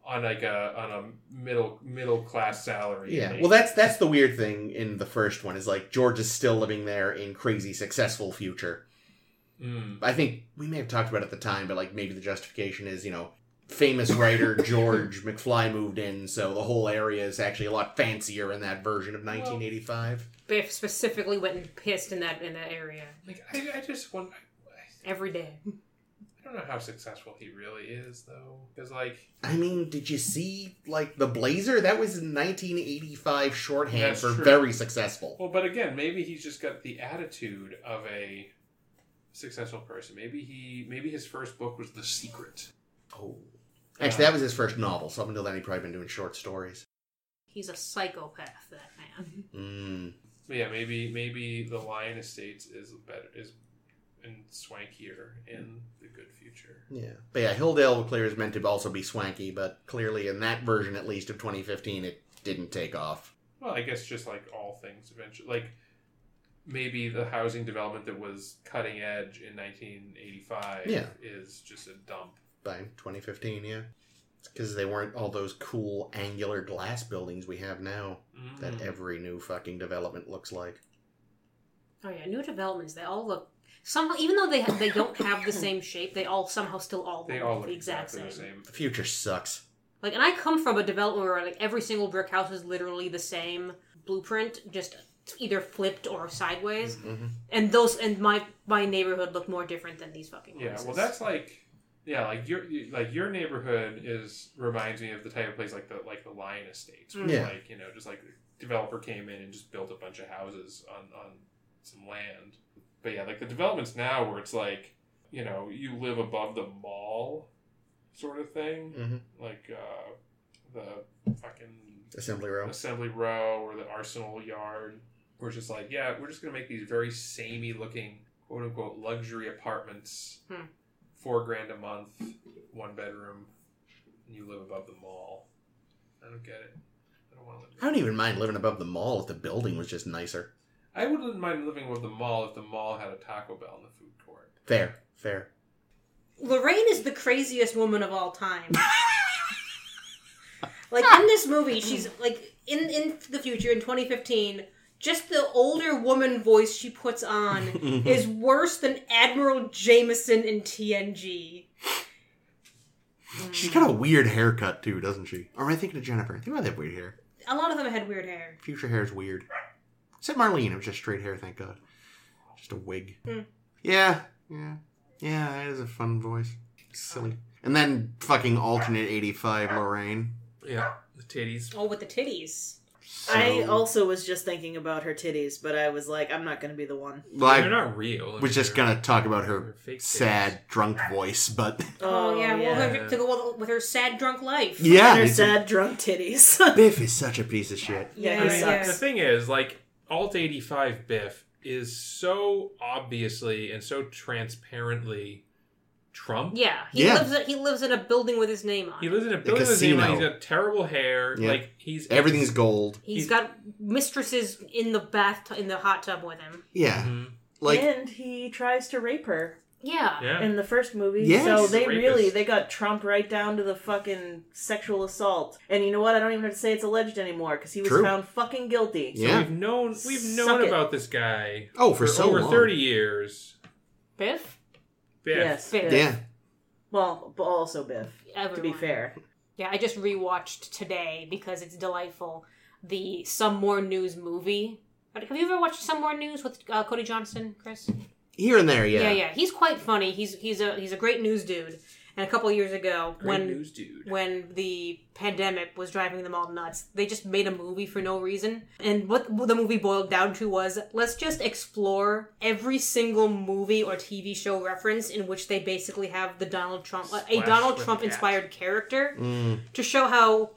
Speaker 4: on like a on a middle middle class salary.
Speaker 3: Yeah.
Speaker 4: Like,
Speaker 3: Well that's that's the weird thing in the first one is like George is still living there in crazy successful future.
Speaker 4: Mm.
Speaker 3: I think we may have talked about it at the time, but like maybe the justification is, you know, famous writer George McFly moved in, so the whole area is actually a lot fancier in that version of 1985.
Speaker 1: Biff specifically went and pissed in that in that area
Speaker 4: Like I, I just want.
Speaker 1: every day.
Speaker 4: I don't know how successful he really is though, because like
Speaker 3: I mean, did you see like the Blazer? That was 1985 shorthand
Speaker 4: That's
Speaker 3: for
Speaker 4: true.
Speaker 3: very successful.
Speaker 4: Well, but again, maybe he's just got the attitude of a successful person. Maybe he, maybe his first book was The Secret.
Speaker 3: Oh, actually, that was his first novel. So up until then, he'd probably been doing short stories.
Speaker 1: He's a psychopath, that man.
Speaker 3: Mm.
Speaker 4: But yeah, maybe maybe the Lion Estates is better is and swankier in the good future.
Speaker 3: Yeah, but yeah, Hilldale clear is meant to also be swanky, but clearly in that version, at least of 2015, it didn't take off.
Speaker 4: Well, I guess just like all things, eventually, like maybe the housing development that was cutting edge in 1985
Speaker 3: Yeah.
Speaker 4: is just a dump.
Speaker 3: by 2015, yeah. Because they weren't all those cool angular glass buildings we have now that
Speaker 4: Mm.
Speaker 3: every new fucking development looks like.
Speaker 1: Oh yeah, new developments. They all look somehow, even though they they don't have the same shape, they all somehow still all look,
Speaker 4: they all look
Speaker 1: the exact
Speaker 4: exactly
Speaker 1: same.
Speaker 4: the same.
Speaker 3: The future sucks.
Speaker 1: Like, and I come from a development where like every single brick house is literally the same blueprint, just either flipped or
Speaker 4: Mm-hmm.
Speaker 1: sideways.
Speaker 3: Mm-hmm.
Speaker 1: And those and my my neighborhood looked more different than these fucking.
Speaker 4: Yeah, well,
Speaker 1: houses.
Speaker 4: that's like, yeah, like your like your neighborhood is reminds me of the type of place like the like the Lion Estates, where
Speaker 3: Yeah.
Speaker 4: like you know, just like the developer came in and just built a bunch of houses on on some land. But yeah, like the developments now where it's like you know you live above the mall, sort of thing,
Speaker 3: Mhm.
Speaker 4: like uh, the fucking
Speaker 3: Assembly row.
Speaker 4: Assembly Row or the Arsenal Yard. We're just like, yeah, we're just gonna make these very samey looking quote unquote luxury apartments,
Speaker 1: Hmm.
Speaker 4: four grand a month, one bedroom, and you live above the mall. I don't get it. I don't want to live.
Speaker 3: I don't even mind living above the mall if the building was just nicer.
Speaker 4: I wouldn't mind living above the mall if the mall had a Taco Bell in the food court.
Speaker 3: Fair, fair.
Speaker 1: Lorraine is the craziest woman of all time. like in this movie, she's like in in the future in 2015. Just the older woman voice she puts on is worse than Admiral Jameson in TNG.
Speaker 2: Mm.
Speaker 3: She's got a weird haircut too, doesn't she? Or am I thinking of Jennifer? I think about that weird hair.
Speaker 1: A lot of them had weird hair.
Speaker 3: Future hair is weird. Except Marlene, it was just straight hair, thank God. Just a wig.
Speaker 1: Mm.
Speaker 3: Yeah, yeah, yeah. That is a fun voice. Silly. And then fucking alternate 85 Lorraine.
Speaker 4: Yeah, the titties.
Speaker 1: Oh, with the titties.
Speaker 3: So,
Speaker 2: I also was just thinking about her titties, but I was like, I'm not going to be the one.
Speaker 3: well, I
Speaker 4: They're not real. I mean,
Speaker 3: was just
Speaker 4: they're-
Speaker 3: gonna talk about
Speaker 4: they're
Speaker 3: her
Speaker 4: fake titties.
Speaker 3: sad, drunk voice, but
Speaker 1: Oh, yeah, well,
Speaker 4: yeah.
Speaker 1: her, to go with, with her sad drunk life.
Speaker 3: yeah,
Speaker 2: And her
Speaker 3: it's-
Speaker 2: sad drunk titties.
Speaker 3: Biff is such a piece of shit.
Speaker 2: Yeah,
Speaker 4: I
Speaker 2: he
Speaker 4: mean,
Speaker 2: sucks.
Speaker 4: the thing is, like Alt eighty five Biff is so obviously and so transparently Trump.
Speaker 1: Yeah, he
Speaker 3: Yeah.
Speaker 1: lives. He lives in a building with his name on.
Speaker 4: He
Speaker 1: it.
Speaker 4: lives in a building with his name on it. He's
Speaker 3: casino.
Speaker 4: got terrible hair.
Speaker 3: Yeah.
Speaker 4: Like he's
Speaker 3: Everything's gold.
Speaker 1: he's got mistresses in the bath in the hot tub with him.
Speaker 3: Yeah,
Speaker 4: Mhm.
Speaker 3: like
Speaker 2: and he tries to rape her
Speaker 1: Yeah.
Speaker 4: Yeah.
Speaker 2: in the first movie.
Speaker 3: Yes.
Speaker 2: So they
Speaker 4: Rapist.
Speaker 2: really they got Trump right down to the fucking sexual assault. And you know what? I don't even have to say it's alleged anymore because he was
Speaker 3: True.
Speaker 2: found fucking guilty.
Speaker 3: Yeah.
Speaker 4: We've known we've
Speaker 2: Suck
Speaker 4: known
Speaker 2: it.
Speaker 4: about this guy
Speaker 3: oh, for, so
Speaker 4: over
Speaker 3: long.
Speaker 4: thirty years.
Speaker 1: Biff.
Speaker 4: Biff.
Speaker 2: Yes.
Speaker 1: Biff.
Speaker 3: Yeah,
Speaker 2: Well, but also Biff. To be
Speaker 1: Everyone.
Speaker 2: fair,
Speaker 1: Yeah, I just rewatched today because it's delightful. The Some More News movie. But Have you ever watched Some More News with uh, Cody Johnson, Chris?
Speaker 3: here and there. Yeah,
Speaker 1: yeah, He's quite funny. He's he's a he's a great news dude. And a couple years ago,
Speaker 4: Great
Speaker 1: when
Speaker 4: news dude.
Speaker 1: when the pandemic was driving them all nuts. They just made a movie for no reason. And what the movie boiled down to was let's just explore every single movie or TV show reference in which they basically have the Donald Trump, a
Speaker 4: Splash
Speaker 1: Donald
Speaker 4: with
Speaker 1: Trump
Speaker 4: a cat.
Speaker 1: inspired character
Speaker 3: Mm,
Speaker 1: to show how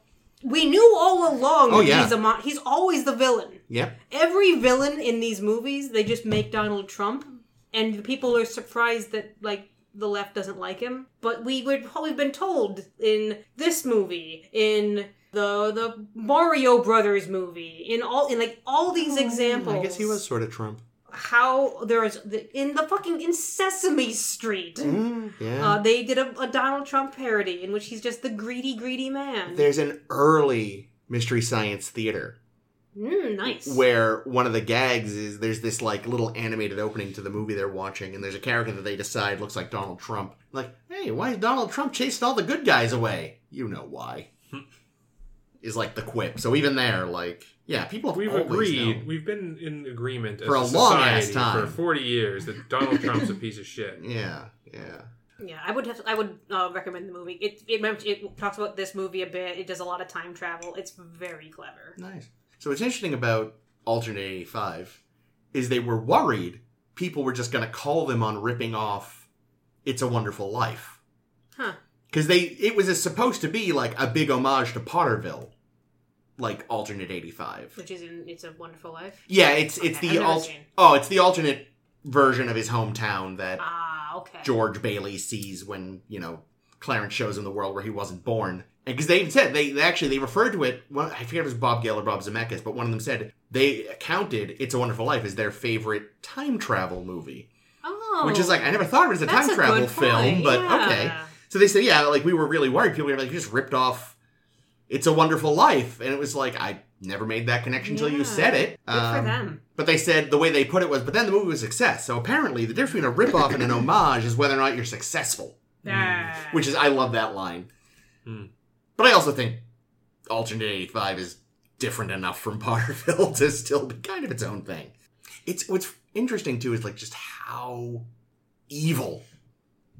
Speaker 1: we knew all along
Speaker 3: Oh,
Speaker 1: that
Speaker 3: yeah.
Speaker 1: he's a mon- he's always the villain.
Speaker 3: yep.
Speaker 1: Every villain in these movies, they just make Donald Trump, and the people are surprised that like the left doesn't like him. But we would we've been told in this movie, in the the Mario Brothers movie, in all in like all these examples.
Speaker 3: Oh, I guess he was sort of Trump.
Speaker 1: how there is the, in the fucking in Sesame Street.
Speaker 3: Mm, yeah.
Speaker 1: Uh, they did a, a Donald Trump parody in which he's just the greedy, greedy man.
Speaker 3: There's an early Mystery Science Theater
Speaker 1: Mm, nice.
Speaker 3: where one of the gags is there's this like little animated opening to the movie they're watching, and there's a character that they decide looks like Donald Trump. Like, hey, why is Donald Trump chasing all the good guys away? You know why? is like the quip. So even there, like, yeah, people have
Speaker 4: We've
Speaker 3: always
Speaker 4: agreed.
Speaker 3: known.
Speaker 4: We've been in agreement as
Speaker 3: For a long ass
Speaker 4: society
Speaker 3: time.
Speaker 4: for forty years that Donald Trump's a piece of shit.
Speaker 3: Yeah, yeah.
Speaker 1: Yeah, I would have. I would uh, recommend the movie. It, it mem- it talks about this movie a bit. It does a lot of time travel. It's very clever.
Speaker 3: Nice. So what's interesting about Alternate 85 is they were worried people were just going to call them on ripping off It's a Wonderful Life.
Speaker 1: Huh.
Speaker 3: Because they it was supposed to be like a big homage to Potterville, like Alternate 85.
Speaker 1: Which is in It's a Wonderful Life.
Speaker 3: Yeah, it's it's
Speaker 1: Okay,
Speaker 3: the
Speaker 1: I've never
Speaker 3: al-
Speaker 1: seen.
Speaker 3: oh, it's the alternate version of his hometown that
Speaker 1: Ah, okay.
Speaker 3: George Bailey sees when you know Clarence shows him the world where he wasn't born. And because they even said they, they actually they referred to it. Well, I forget if it was Bob Gale or Bob Zemeckis, but one of them said they counted "It's a Wonderful Life" as their favorite time travel movie,
Speaker 1: Oh,
Speaker 3: which is like I never thought of it as a
Speaker 1: that's
Speaker 3: time
Speaker 1: a
Speaker 3: travel
Speaker 1: good
Speaker 3: film,
Speaker 1: point.
Speaker 3: but
Speaker 1: Yeah.
Speaker 3: okay. So they said, yeah, like we were really worried. People were like, you just ripped off "It's a Wonderful Life," and it was like I never made that connection until
Speaker 1: Yeah.
Speaker 3: you said it. Um,
Speaker 1: Good for them.
Speaker 3: But they said the way they put it was, but then the movie was a success. So apparently, the difference between a ripoff and an homage is whether or not you're successful.
Speaker 1: Ah.
Speaker 3: mm, Which is, I love that line.
Speaker 4: Hmm.
Speaker 3: But I also think Alternate 85 is different enough from Potterville to still be kind of its own thing. It's what's interesting too is like just how evil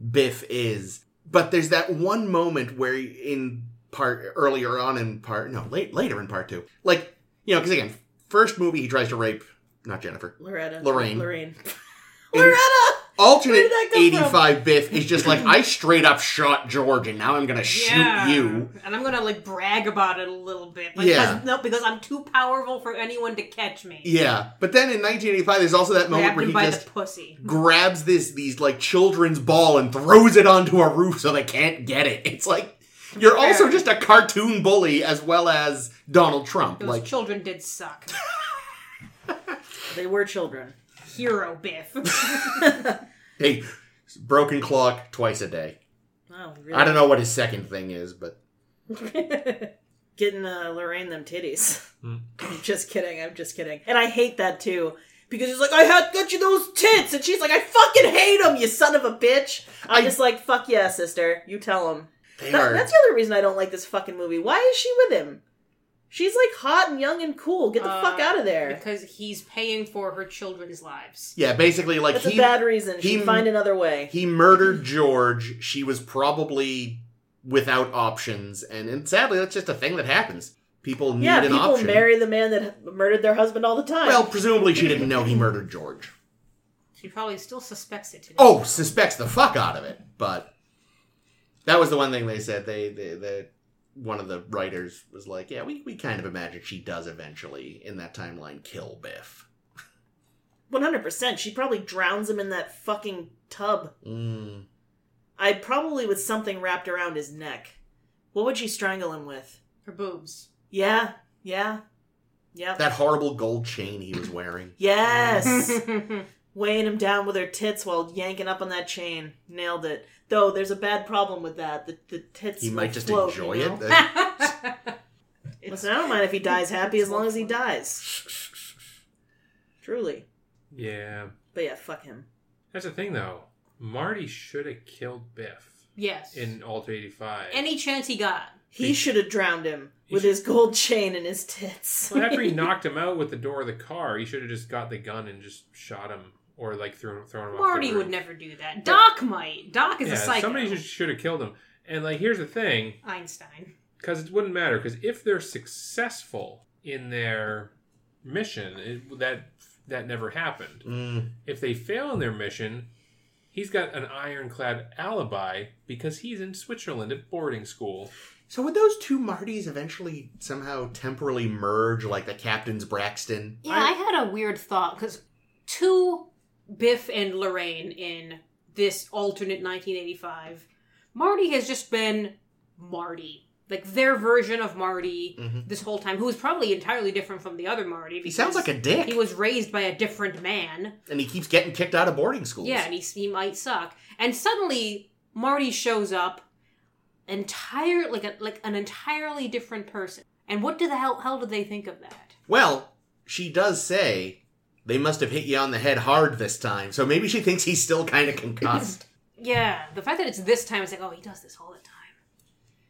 Speaker 3: Biff is. But there's that one moment where in part earlier on in part no late later in part two, like you know, because again, first movie he tries to rape not Jennifer.
Speaker 2: Loretta,
Speaker 3: Lorraine.
Speaker 2: Lorraine,
Speaker 3: In
Speaker 2: Loretta. Where
Speaker 3: alternate
Speaker 2: did that come
Speaker 3: 85 Biff is just like I straight up shot George and now I'm gonna shoot
Speaker 1: Yeah.
Speaker 3: you.
Speaker 1: And I'm gonna like brag about it a little bit. Because,
Speaker 3: Yeah.
Speaker 1: No, because I'm too powerful for anyone to catch me.
Speaker 3: Yeah, but then in 1985, there's also that moment
Speaker 1: Grabbed
Speaker 3: where
Speaker 1: him
Speaker 3: he
Speaker 1: by
Speaker 3: just
Speaker 1: the pussy.
Speaker 3: grabs this these like children's ball and throws it onto a roof so they can't get it. It's like you're
Speaker 1: Fair.
Speaker 3: also just a cartoon bully as well as Donald Trump.
Speaker 1: Those
Speaker 3: Like
Speaker 1: children did suck.
Speaker 2: They were children.
Speaker 1: Hero Biff.
Speaker 3: hey, broken clock twice a day.
Speaker 2: Oh,
Speaker 3: I don't know what his second thing is, but
Speaker 2: Getting uh, Lorraine them titties.
Speaker 4: Hmm.
Speaker 2: I'm just kidding. I'm just kidding. And I hate that too. Because he's like, I had got you those tits, and she's like, I fucking hate them, you son of a bitch. I'm
Speaker 3: I-
Speaker 2: just like, fuck yeah, sister. You tell him.
Speaker 3: they
Speaker 2: That-
Speaker 3: are
Speaker 2: that's the other reason I don't like this fucking movie. Why is she with him? She's like hot and young and cool. Get the
Speaker 1: Uh,
Speaker 2: fuck out of there.
Speaker 1: because he's paying for her children's lives.
Speaker 3: Yeah, basically, like
Speaker 2: That's
Speaker 3: he
Speaker 2: a bad reason.
Speaker 3: he-
Speaker 2: She find another way.
Speaker 3: he murdered George. She was probably without options, and, and sadly, that's just a thing that happens. People need
Speaker 2: Yeah,
Speaker 3: an
Speaker 2: people
Speaker 3: option.
Speaker 2: marry the man that murdered their husband all the time.
Speaker 3: well, presumably, she didn't know he murdered George.
Speaker 1: She probably still suspects it today.
Speaker 3: Oh, suspects the fuck out of it, but that was the one thing they said. They, they, the one of the writers was like, "Yeah, we, we kind of imagine she does eventually in that timeline kill Biff."
Speaker 2: one hundred percent. She probably drowns him in that fucking tub.
Speaker 3: Mm.
Speaker 2: I probably with something wrapped around his neck. What would she strangle him with?
Speaker 1: Her boobs.
Speaker 2: Yeah, yeah, yeah.
Speaker 3: That horrible gold chain he was wearing.
Speaker 2: yes.
Speaker 1: That's
Speaker 2: weighing him down with her tits while yanking up on that chain. Nailed it. Though there's a bad problem with that. The, the tits.
Speaker 3: He
Speaker 2: will
Speaker 3: might just
Speaker 2: float,
Speaker 3: enjoy
Speaker 2: you know?
Speaker 3: it. Uh,
Speaker 2: Listen, I don't mind if he dies happy as long as he dies. Truly.
Speaker 4: Yeah.
Speaker 2: But yeah, fuck him.
Speaker 4: That's the thing, though. Marty should have killed Biff
Speaker 1: yes.
Speaker 4: in uh, Alter 85.
Speaker 1: Any chance he got.
Speaker 2: He should have drowned him
Speaker 4: He
Speaker 2: with
Speaker 4: should-
Speaker 2: his gold chain and his tits.
Speaker 4: Well, after he knocked him out with the door of the car, he should have just got the gun and just shot him or like thrown thrown him. off the
Speaker 1: Marty would
Speaker 4: roof.
Speaker 1: never do that. Doc might. Doc is
Speaker 4: Yeah,
Speaker 1: a psycho.
Speaker 4: somebody should, should have killed him. And like, here's the thing,
Speaker 1: Einstein.
Speaker 4: because it wouldn't matter, because if they're successful in their mission, it, that that never happened.
Speaker 3: Mm.
Speaker 4: If they fail in their mission, he's got an ironclad alibi because he's in Switzerland at boarding school.
Speaker 3: So would those two Martys eventually somehow temporally merge, like the Captain's Braxton?
Speaker 1: Yeah, I, had a weird thought because two Biff and Lorraine in this alternate 1985, Marty has just been Marty. Like their version of Marty
Speaker 3: Mhm.
Speaker 1: this whole time, who is probably entirely different from the other Marty.
Speaker 3: He sounds like
Speaker 1: because
Speaker 3: a dick,
Speaker 1: He was raised by a different man.
Speaker 3: and he keeps getting kicked out of boarding schools.
Speaker 1: Yeah, and he, he might suck. And suddenly, Marty shows up, entire like a, like an entirely different person. And what do the hell hell did they think of that?
Speaker 3: Well, she does say they must have hit you on the head hard this time, so maybe she thinks he's still kind of concussed.
Speaker 1: Yeah, the fact that it's this time, it's like, oh, he does this all the time.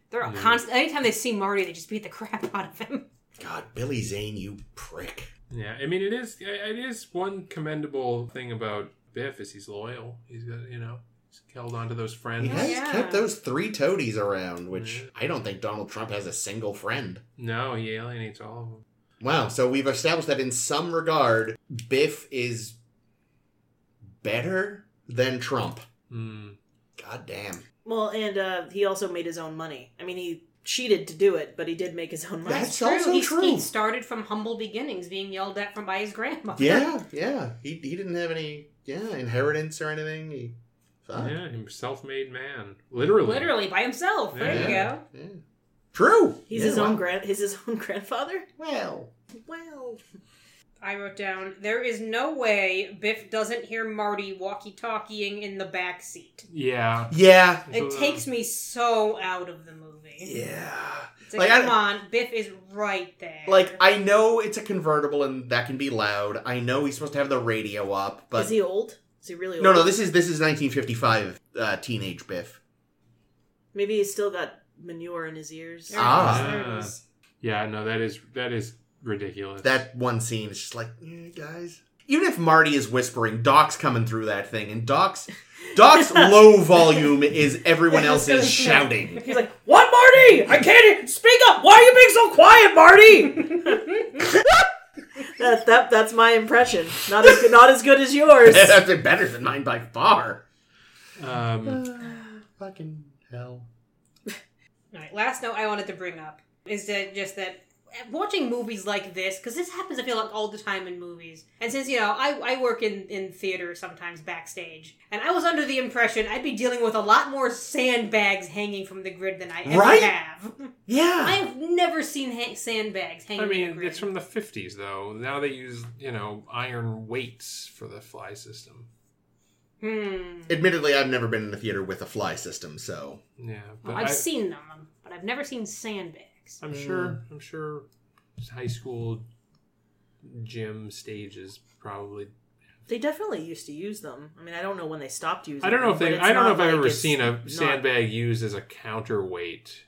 Speaker 1: They're all
Speaker 4: Yeah.
Speaker 1: constant. Anytime they see Marty, they just beat the crap out of him.
Speaker 3: God, Billy Zane, you prick.
Speaker 4: Yeah, I mean, it is it is one commendable thing about Biff is he's loyal. He's got you know he's held on to those friends.
Speaker 3: He has
Speaker 1: yeah.
Speaker 3: kept those three toadies around, which
Speaker 4: Yeah.
Speaker 3: I don't think Donald Trump has a single friend.
Speaker 4: No, he alienates all of them.
Speaker 3: Wow, so we've established that in some regard, Biff is better than Trump.
Speaker 4: Hmm.
Speaker 3: God damn.
Speaker 2: well, and uh, he also made his own money. I mean, he cheated to do it, but he did make his own money.
Speaker 3: That's also
Speaker 1: he,
Speaker 3: true.
Speaker 1: He started from humble beginnings, being yelled at from by his grandmother.
Speaker 3: Yeah, yeah. He, he didn't have any yeah inheritance or anything. He, fuck.
Speaker 4: Yeah, him self-made man, literally.
Speaker 1: literally by himself. There
Speaker 4: Yeah.
Speaker 1: you go.
Speaker 3: Yeah. True.
Speaker 2: He's
Speaker 3: Yeah,
Speaker 2: his own
Speaker 3: wow.
Speaker 2: grand. He's his own grandfather.
Speaker 3: Well,
Speaker 2: Well,
Speaker 1: I wrote down: there is no way Biff doesn't hear Marty walkie-talkieing in the back seat.
Speaker 4: Yeah.
Speaker 3: yeah,
Speaker 1: It
Speaker 4: uh,
Speaker 1: takes me so out of the movie.
Speaker 3: yeah.
Speaker 1: It's like,
Speaker 3: Like, I-
Speaker 1: come on, Biff is right there.
Speaker 3: Like I know it's a convertible and that can be loud. I know he's supposed to have the radio up, but
Speaker 2: is he old? Is he really old?
Speaker 3: no, no. This is this is 1955 uh, teenage Biff.
Speaker 2: Maybe he's still got manure in his ears.
Speaker 1: There it is,
Speaker 3: Ah.
Speaker 1: there it is.
Speaker 4: Yeah, no, that is that is ridiculous.
Speaker 3: That one scene is just like, "Mm, guys. Even if Marty is whispering, Doc's coming through that thing, and Doc's Doc's low volume is everyone else's shouting.
Speaker 2: He's like, "What, Marty? I can't hear- speak up. Why are you being so quiet, Marty?" that, that that's my impression. Not as good, not as good as yours.
Speaker 3: That's better than mine by far.
Speaker 4: um,
Speaker 3: Fucking hell.
Speaker 1: All right, last note I wanted to bring up is that just that watching movies like this because this happens I feel like all the time in movies and since you know I, I work in in theater sometimes backstage and I was under the impression I'd be dealing with a lot more sandbags hanging from the grid than I ever
Speaker 3: Right?
Speaker 1: have I
Speaker 3: Yeah.
Speaker 1: have never seen ha- sandbags hanging
Speaker 4: I
Speaker 1: from the
Speaker 4: mean,
Speaker 1: grid
Speaker 4: it's from the '50s though. Now they use you know iron weights for the fly system.
Speaker 1: hmm.
Speaker 3: Admittedly, I've never been in a theater with a fly system, so
Speaker 4: Yeah, but
Speaker 1: well, I've
Speaker 4: I,
Speaker 1: seen them but I've never seen sandbags
Speaker 4: I'm sure. I'm sure high school gym stages probably.
Speaker 2: They definitely used to use them. I mean, I don't know when they stopped using.
Speaker 4: I don't
Speaker 2: them,
Speaker 4: know if
Speaker 2: but
Speaker 4: they.
Speaker 2: it's
Speaker 4: I don't
Speaker 2: not
Speaker 4: know if I've
Speaker 2: like
Speaker 4: ever
Speaker 2: it's
Speaker 4: seen a
Speaker 2: not-
Speaker 4: sandbag used as a counterweight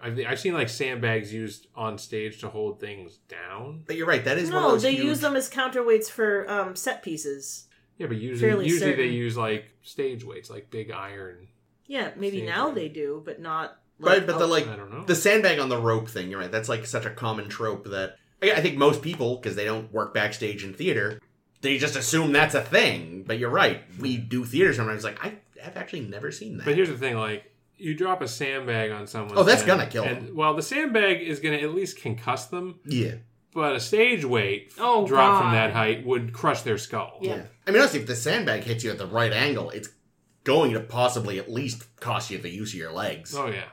Speaker 4: I've, I've seen like sandbags used on stage to hold things down.
Speaker 3: But you're right. That is one of
Speaker 2: No,
Speaker 3: those
Speaker 2: they
Speaker 3: huge-
Speaker 2: use them as counterweights for um, set pieces.
Speaker 4: Yeah, but usually
Speaker 2: Fairly
Speaker 4: usually they
Speaker 2: certain.
Speaker 4: use like stage weights, like big iron.
Speaker 2: Yeah, maybe
Speaker 4: Same
Speaker 2: now
Speaker 4: thing.
Speaker 2: they do, but not.
Speaker 3: Right, but the like
Speaker 4: I don't know.
Speaker 3: the sandbag on the rope thing. You're right. That's like such a common trope that I I think most people, because they don't work backstage in theater, they just assume that's a thing. But you're right. We do theater sometimes. Like I have actually never seen that.
Speaker 4: But here's the thing, like you drop a sandbag on someone.
Speaker 3: Oh, that's gonna kill
Speaker 4: and, Well, the sandbag is gonna at least concuss them,
Speaker 3: yeah.
Speaker 4: but a stage weight
Speaker 1: Oh,
Speaker 4: drop from
Speaker 1: God.
Speaker 4: that height would crush their skull.
Speaker 1: Yeah.
Speaker 3: I mean, honestly, if the sandbag hits you at the right angle, it's going to possibly at least cost you the use of your legs.
Speaker 4: Oh yeah.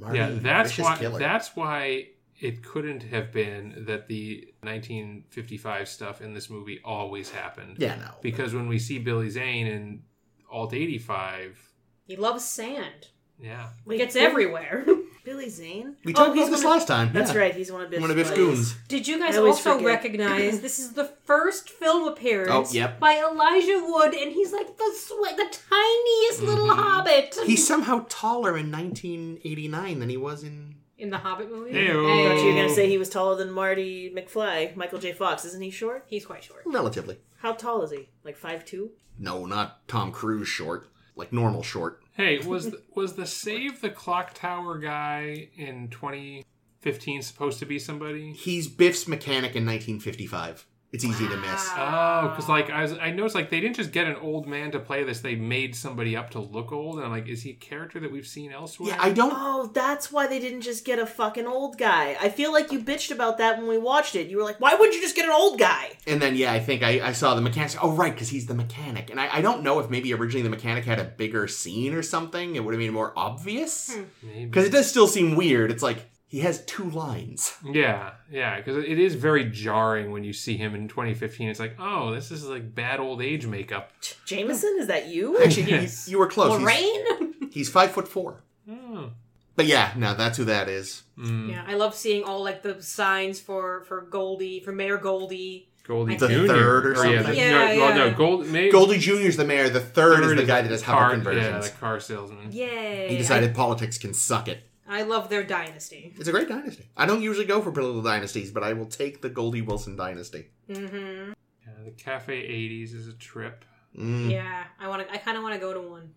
Speaker 3: Marty,
Speaker 4: yeah, that's
Speaker 3: vicious
Speaker 4: why.
Speaker 3: killer.
Speaker 4: That's why it couldn't have been that the 1955 stuff in this movie always happened.
Speaker 3: yeah, no.
Speaker 4: Because when we see Billy Zane in Alt 85,
Speaker 1: He loves sand.
Speaker 4: yeah,
Speaker 1: It
Speaker 2: Wait,
Speaker 1: gets
Speaker 2: Billy-
Speaker 1: everywhere.
Speaker 2: Billy Zane?
Speaker 3: we
Speaker 1: Oh,
Speaker 3: talked
Speaker 1: he's
Speaker 3: about this
Speaker 1: one of-
Speaker 3: last time.
Speaker 2: That's
Speaker 3: yeah.
Speaker 2: right. He's one of Biff's
Speaker 3: One of his
Speaker 2: buddies.
Speaker 3: goons.
Speaker 1: Did you guys
Speaker 2: I always
Speaker 1: also
Speaker 2: forget.
Speaker 1: recognize this is the first film appearance
Speaker 3: Oh, yep.
Speaker 1: by Elijah Wood, and he's like the sw- the tiniest little
Speaker 4: Mhm.
Speaker 3: Mm-hmm.
Speaker 1: hobbit
Speaker 3: He's somehow taller in 1989 than he was in.
Speaker 1: in the Hobbit movie.
Speaker 4: Ew.
Speaker 1: And
Speaker 2: Thought you were
Speaker 3: Oh.
Speaker 2: gonna say he was taller than Marty McFly, Michael J. Fox. Isn't he short?
Speaker 1: he's quite short.
Speaker 3: Relatively.
Speaker 2: How tall is he? Like five two?
Speaker 3: No, not Tom Cruise short. Like normal short.
Speaker 4: hey, was the, was the Save the Clock Tower guy in 2015 supposed to be somebody?
Speaker 3: He's Biff's mechanic in 1955. It's easy to miss.
Speaker 4: Oh, because like I was, I noticed like they didn't just get an old man to play this; they made somebody up to look old, and I'm like, is he a character that we've seen elsewhere?
Speaker 3: Yeah, I don't.
Speaker 2: Oh, that's why they didn't just get a fucking old guy. I feel like you bitched about that when we watched it. You were like, why wouldn't you just get an old guy?
Speaker 3: And then, yeah, I think I, I saw the mechanic. Oh, right, because he's the mechanic. And I, I don't know if maybe originally the mechanic had a bigger scene or something. It would have been more obvious.
Speaker 1: Hmm.
Speaker 4: Maybe.
Speaker 3: Because it does still seem weird. It's like he has two lines.
Speaker 4: Yeah, yeah, because it is very jarring when you see him in 2015. It's like, oh, this is like bad old age makeup.
Speaker 2: Ch- Jameson, is that you?
Speaker 3: Actually, you-
Speaker 4: Yes.
Speaker 3: you, were close. Oh, He's- Mm-hmm.
Speaker 1: Lorraine.
Speaker 3: He's, five foot four.
Speaker 4: Oh.
Speaker 3: But yeah, no, that's who that is.
Speaker 4: Mm.
Speaker 1: Yeah, I love seeing all like the signs for for Goldie, for Mayor Goldie.
Speaker 4: Goldie
Speaker 1: The
Speaker 4: Jr.
Speaker 3: third or
Speaker 4: yeah,
Speaker 3: something.
Speaker 4: the-
Speaker 1: Yeah,
Speaker 4: no, well,
Speaker 1: yeah.
Speaker 4: no, Gold, maybe
Speaker 3: Goldie Jr.'s the mayor. The third, is the guy that does hover
Speaker 4: car,
Speaker 3: conversions.
Speaker 4: Yeah, the car salesman.
Speaker 1: Yay!
Speaker 3: Mm-hmm. he decided politics can suck it.
Speaker 1: I, I love their dynasty.
Speaker 3: It's a great dynasty. I don't usually go for political dynasties, but I will take the Goldie Wilson dynasty.
Speaker 1: Mm-hmm.
Speaker 4: Yeah, the Cafe 80s is a trip.
Speaker 3: Mm.
Speaker 1: Yeah, I want to. I kind of want to go to one.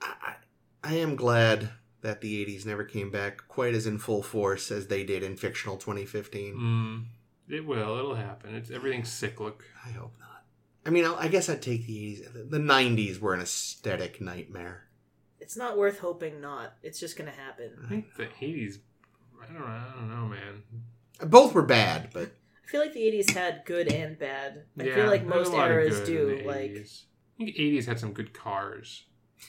Speaker 3: I, I am glad that the 80s never came back quite as in full force as they did in fictional 2015.
Speaker 4: Mm. It will. It'll happen. It's everything's cyclic.
Speaker 3: I hope not. I mean, I'll, I guess I'd take the 80s. The 90s were an aesthetic nightmare.
Speaker 2: It's not worth hoping not. It's just gonna happen.
Speaker 4: I think the 80s. I don't know. I don't know, man.
Speaker 3: Both were bad, but
Speaker 2: I feel like the 80s had good and bad. I
Speaker 4: yeah,
Speaker 2: feel like
Speaker 4: there's a
Speaker 2: most
Speaker 4: lot of
Speaker 2: eras
Speaker 4: good in
Speaker 2: do.
Speaker 4: the
Speaker 2: Like,
Speaker 4: 80s. I think 80s had some good cars.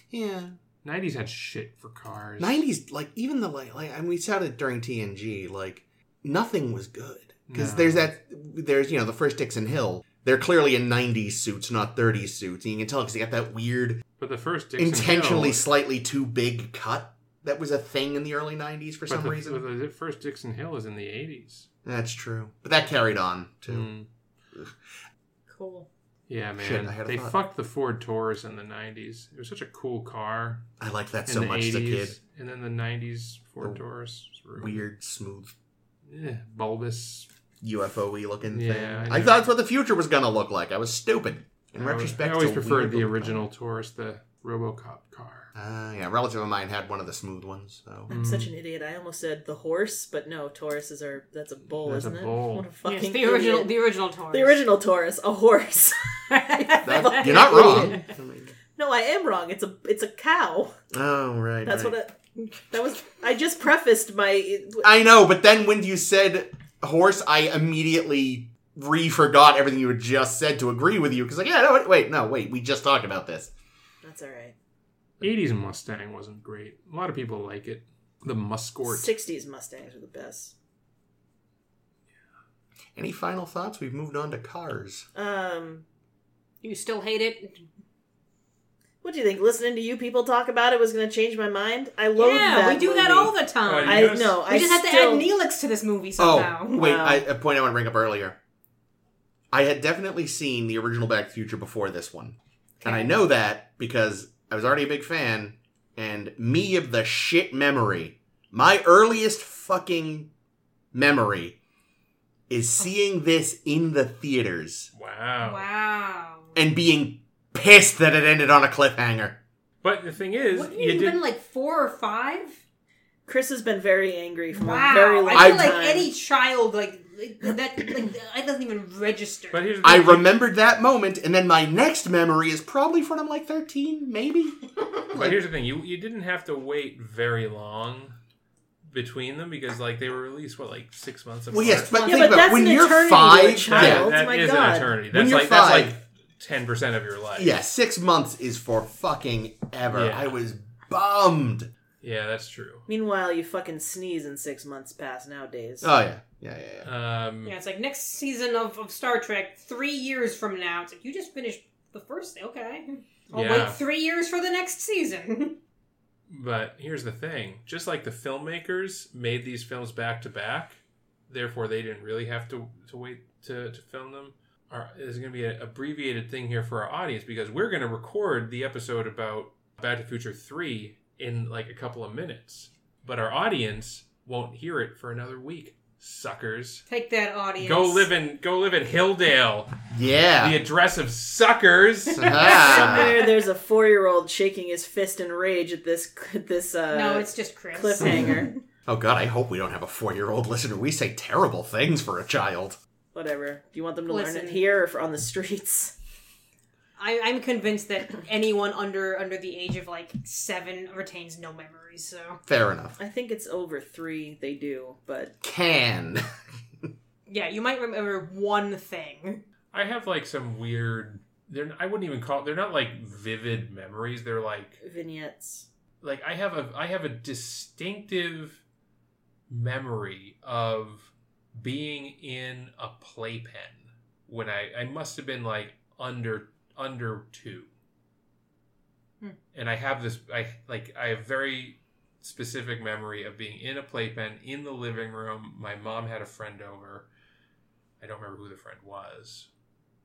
Speaker 3: yeah.
Speaker 4: 90s had shit for cars.
Speaker 3: 90s, like, even the, like, like I mean, we said it during TNG, like, nothing was good. Because
Speaker 4: No.
Speaker 3: there's that, there's, you know, the first Dixon Hill. They're clearly in 90s suits, not 30s suits. And you can tell because they got that weird
Speaker 4: But the first Dixon
Speaker 3: intentionally
Speaker 4: Hill,
Speaker 3: slightly too big cut that was a thing in the early 90s for
Speaker 4: but
Speaker 3: some
Speaker 4: the,
Speaker 3: reason
Speaker 4: the- the first Dixon Hill is in the eighties. Hmm.
Speaker 3: that's true but that carried on too
Speaker 4: Mm.
Speaker 1: Cool.
Speaker 4: Yeah, man.
Speaker 3: Shit, I had a
Speaker 4: they
Speaker 3: thought.
Speaker 4: fucked the Ford Taurus in the nineties. It was such a cool car.
Speaker 3: i liked that
Speaker 4: in
Speaker 3: so
Speaker 4: the
Speaker 3: much as a kid
Speaker 4: 80s, And then the nineties Ford
Speaker 3: The
Speaker 4: Taurus. was rude.
Speaker 3: weird smooth
Speaker 4: Yeah, bulbous.
Speaker 3: ufo-y looking
Speaker 4: Yeah,
Speaker 3: thing
Speaker 4: I
Speaker 3: i,
Speaker 4: know.
Speaker 3: thought that's what the future was gonna look like i was stupid in
Speaker 4: I always-
Speaker 3: retrospect
Speaker 4: I always
Speaker 3: it's a
Speaker 4: preferred
Speaker 3: weird
Speaker 4: the
Speaker 3: looking
Speaker 4: original Taurus, the RoboCop car.
Speaker 3: car. uh, yeah a relative of mine had one of the smooth ones so
Speaker 2: I'm such
Speaker 4: Hmm.
Speaker 2: an idiot. I almost said the horse, but no, Tauruses are. That's a bull,
Speaker 4: That's a
Speaker 2: isn't it?
Speaker 4: bull.
Speaker 2: What a fucking
Speaker 1: Yes, the original,
Speaker 2: idiot.
Speaker 1: the original Taurus.
Speaker 2: The original Taurus, a horse.
Speaker 3: That- you're not wrong
Speaker 2: No, I am wrong. It's a it's a cow.
Speaker 3: oh right
Speaker 2: That's
Speaker 3: right.
Speaker 2: what I, that was. I just prefaced my.
Speaker 3: I know, but then when you said horse, I immediately re forgot everything you had just said to agree with you. Because, like, yeah, no, wait, wait, no, wait, we just talked about this.
Speaker 2: That's all right.
Speaker 4: Eighties Mustang wasn't great. A lot of people like it. The Muscort.
Speaker 2: Sixties Mustangs are the best.
Speaker 3: Any final thoughts? We've moved on to cars.
Speaker 2: Um,
Speaker 1: You still hate it?
Speaker 2: what do you think? Listening to you people talk about it was going to change my mind. I loathe
Speaker 1: yeah,
Speaker 2: that.
Speaker 1: we do that
Speaker 2: movie.
Speaker 1: all the time.
Speaker 4: Oh,
Speaker 2: I
Speaker 4: you guys-
Speaker 2: know.
Speaker 1: we
Speaker 2: I
Speaker 1: just have to
Speaker 2: still-
Speaker 1: add Neelix to this movie
Speaker 3: Oh,
Speaker 1: somehow.
Speaker 3: wait,
Speaker 2: Wow.
Speaker 3: I, a point I want to bring up earlier. I had definitely seen the original Back to the Future before this one. And I know that because I was already a big fan, and me of the shit memory, my earliest fucking memory is seeing this in the theaters
Speaker 4: Wow.
Speaker 1: Wow.
Speaker 3: and being pissed that it ended on a cliffhanger.
Speaker 4: But the thing is,
Speaker 1: Wouldn't
Speaker 4: you
Speaker 1: have
Speaker 4: did.
Speaker 1: been like four or five?
Speaker 2: Chris has been very angry for
Speaker 1: Wow.
Speaker 2: a very long
Speaker 1: I
Speaker 2: time.
Speaker 1: feel like any child, like, like, that, like, that doesn't even register.
Speaker 4: But here's the
Speaker 3: I
Speaker 4: thing,
Speaker 3: remembered that moment, and then my next memory is probably from I'm like 13, maybe.
Speaker 4: But here's the thing: you you didn't have to wait very long between them because like they were released what like six months apart.
Speaker 3: Well, yes, but
Speaker 1: Yeah,
Speaker 3: think
Speaker 2: but
Speaker 3: about
Speaker 2: that's
Speaker 3: when
Speaker 2: an
Speaker 3: you're
Speaker 2: eternity to a
Speaker 3: five.
Speaker 4: yeah,
Speaker 2: child.
Speaker 4: that
Speaker 2: my
Speaker 4: is
Speaker 2: God.
Speaker 4: an eternity.
Speaker 3: When
Speaker 4: That's
Speaker 3: you're
Speaker 4: like
Speaker 3: five-
Speaker 4: that's like ten percent of your life.
Speaker 3: Yeah, yeah, six months is for fucking ever.
Speaker 4: Yeah.
Speaker 3: I was bummed.
Speaker 4: yeah, that's true.
Speaker 2: Meanwhile, you fucking sneeze and six months pass nowadays.
Speaker 3: Oh yeah, yeah, yeah. yeah.
Speaker 4: Um,
Speaker 1: yeah, it's like next season of, of Star Trek, three years from now. It's like, you just finished the first, okay. I'll
Speaker 4: Yeah.
Speaker 1: wait three years for the next season.
Speaker 4: But here's the thing: just like the filmmakers made these films back to back, therefore they didn't really have to to wait to, to film them. Our, there's going to be an abbreviated thing here for our audience because we're going to record the episode about Back to the Future Three in like a couple of minutes, but our audience won't hear it for another week. Suckers,
Speaker 1: Take that, audience.
Speaker 4: go live in go live in Hilldale, the
Speaker 3: Yeah.
Speaker 4: address of suckers.
Speaker 3: Ah.
Speaker 2: Somewhere there's a four year old shaking his fist in rage at this at this uh,
Speaker 1: No, it's just Chris.
Speaker 2: cliffhanger.
Speaker 3: Oh god, I hope we don't have a four-year-old listener. We say terrible things for a child.
Speaker 2: Whatever. Do you want them to learn
Speaker 1: Listen.
Speaker 2: it here or on the streets?
Speaker 1: I, I'm convinced that anyone under under the age of like seven retains no memories. So
Speaker 3: Fair enough.
Speaker 2: I think it's over three. They do, but
Speaker 3: Can.
Speaker 1: yeah, you might remember one thing.
Speaker 4: I have like some weird. They're I wouldn't even call. They're not like vivid memories. They're like
Speaker 2: vignettes.
Speaker 4: like I have a I have a distinctive memory of being in a playpen when I I must have been like under under two.
Speaker 1: Hmm.
Speaker 4: And I have this I like I have very specific memory of being in a playpen in the living room. My mom had a friend over. I don't remember who the friend was,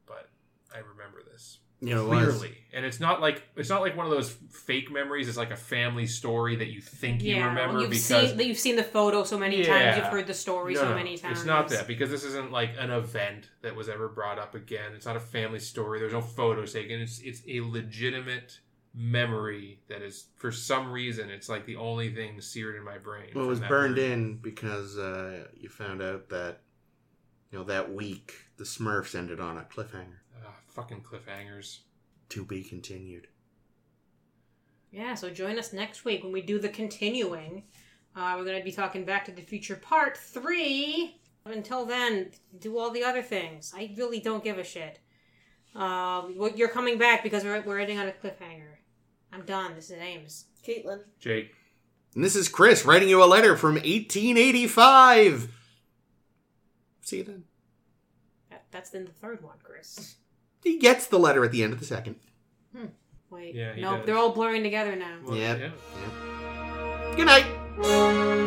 Speaker 4: but I remember this
Speaker 3: You know, it was-
Speaker 4: clearly and it's not like it's not like one of those fake memories it's like a family story that you think you
Speaker 1: yeah,
Speaker 4: remember
Speaker 1: you've
Speaker 4: because
Speaker 1: seen that you've seen the photo so many
Speaker 4: Yeah.
Speaker 1: times, you've heard the story
Speaker 4: No,
Speaker 1: so
Speaker 4: no,
Speaker 1: many times.
Speaker 4: it's not that because this isn't like an event that was ever brought up again it's not a family story there's no photos taken it's it's a legitimate memory that is for some reason it's like the only thing seared in my brain
Speaker 3: Well, it
Speaker 4: from
Speaker 3: was
Speaker 4: that
Speaker 3: burned
Speaker 4: memory.
Speaker 3: in because uh, you found out that you know that week the Smurfs ended on a cliffhanger.
Speaker 4: Ah, fucking cliffhangers
Speaker 3: To be continued.
Speaker 1: Yeah, so join us next week when we do the continuing. Uh, we're going to be talking Back to the Future Part 3. Until then, do all the other things. I really don't give a shit. Um, well, you're coming back because we're, we're ending on a cliffhanger. I'm done. This is Ames.
Speaker 2: Caitlin,
Speaker 4: jake
Speaker 3: And this is Chris writing you a letter from 1885. See you then.
Speaker 1: That, that's in the third one, Chris.
Speaker 3: He gets the letter at the end of the second.
Speaker 1: Wait.
Speaker 4: Yeah, he
Speaker 1: no,
Speaker 4: does.
Speaker 1: they're all blurring together now.
Speaker 4: Well,
Speaker 3: Yep.
Speaker 4: yeah.
Speaker 3: Good night.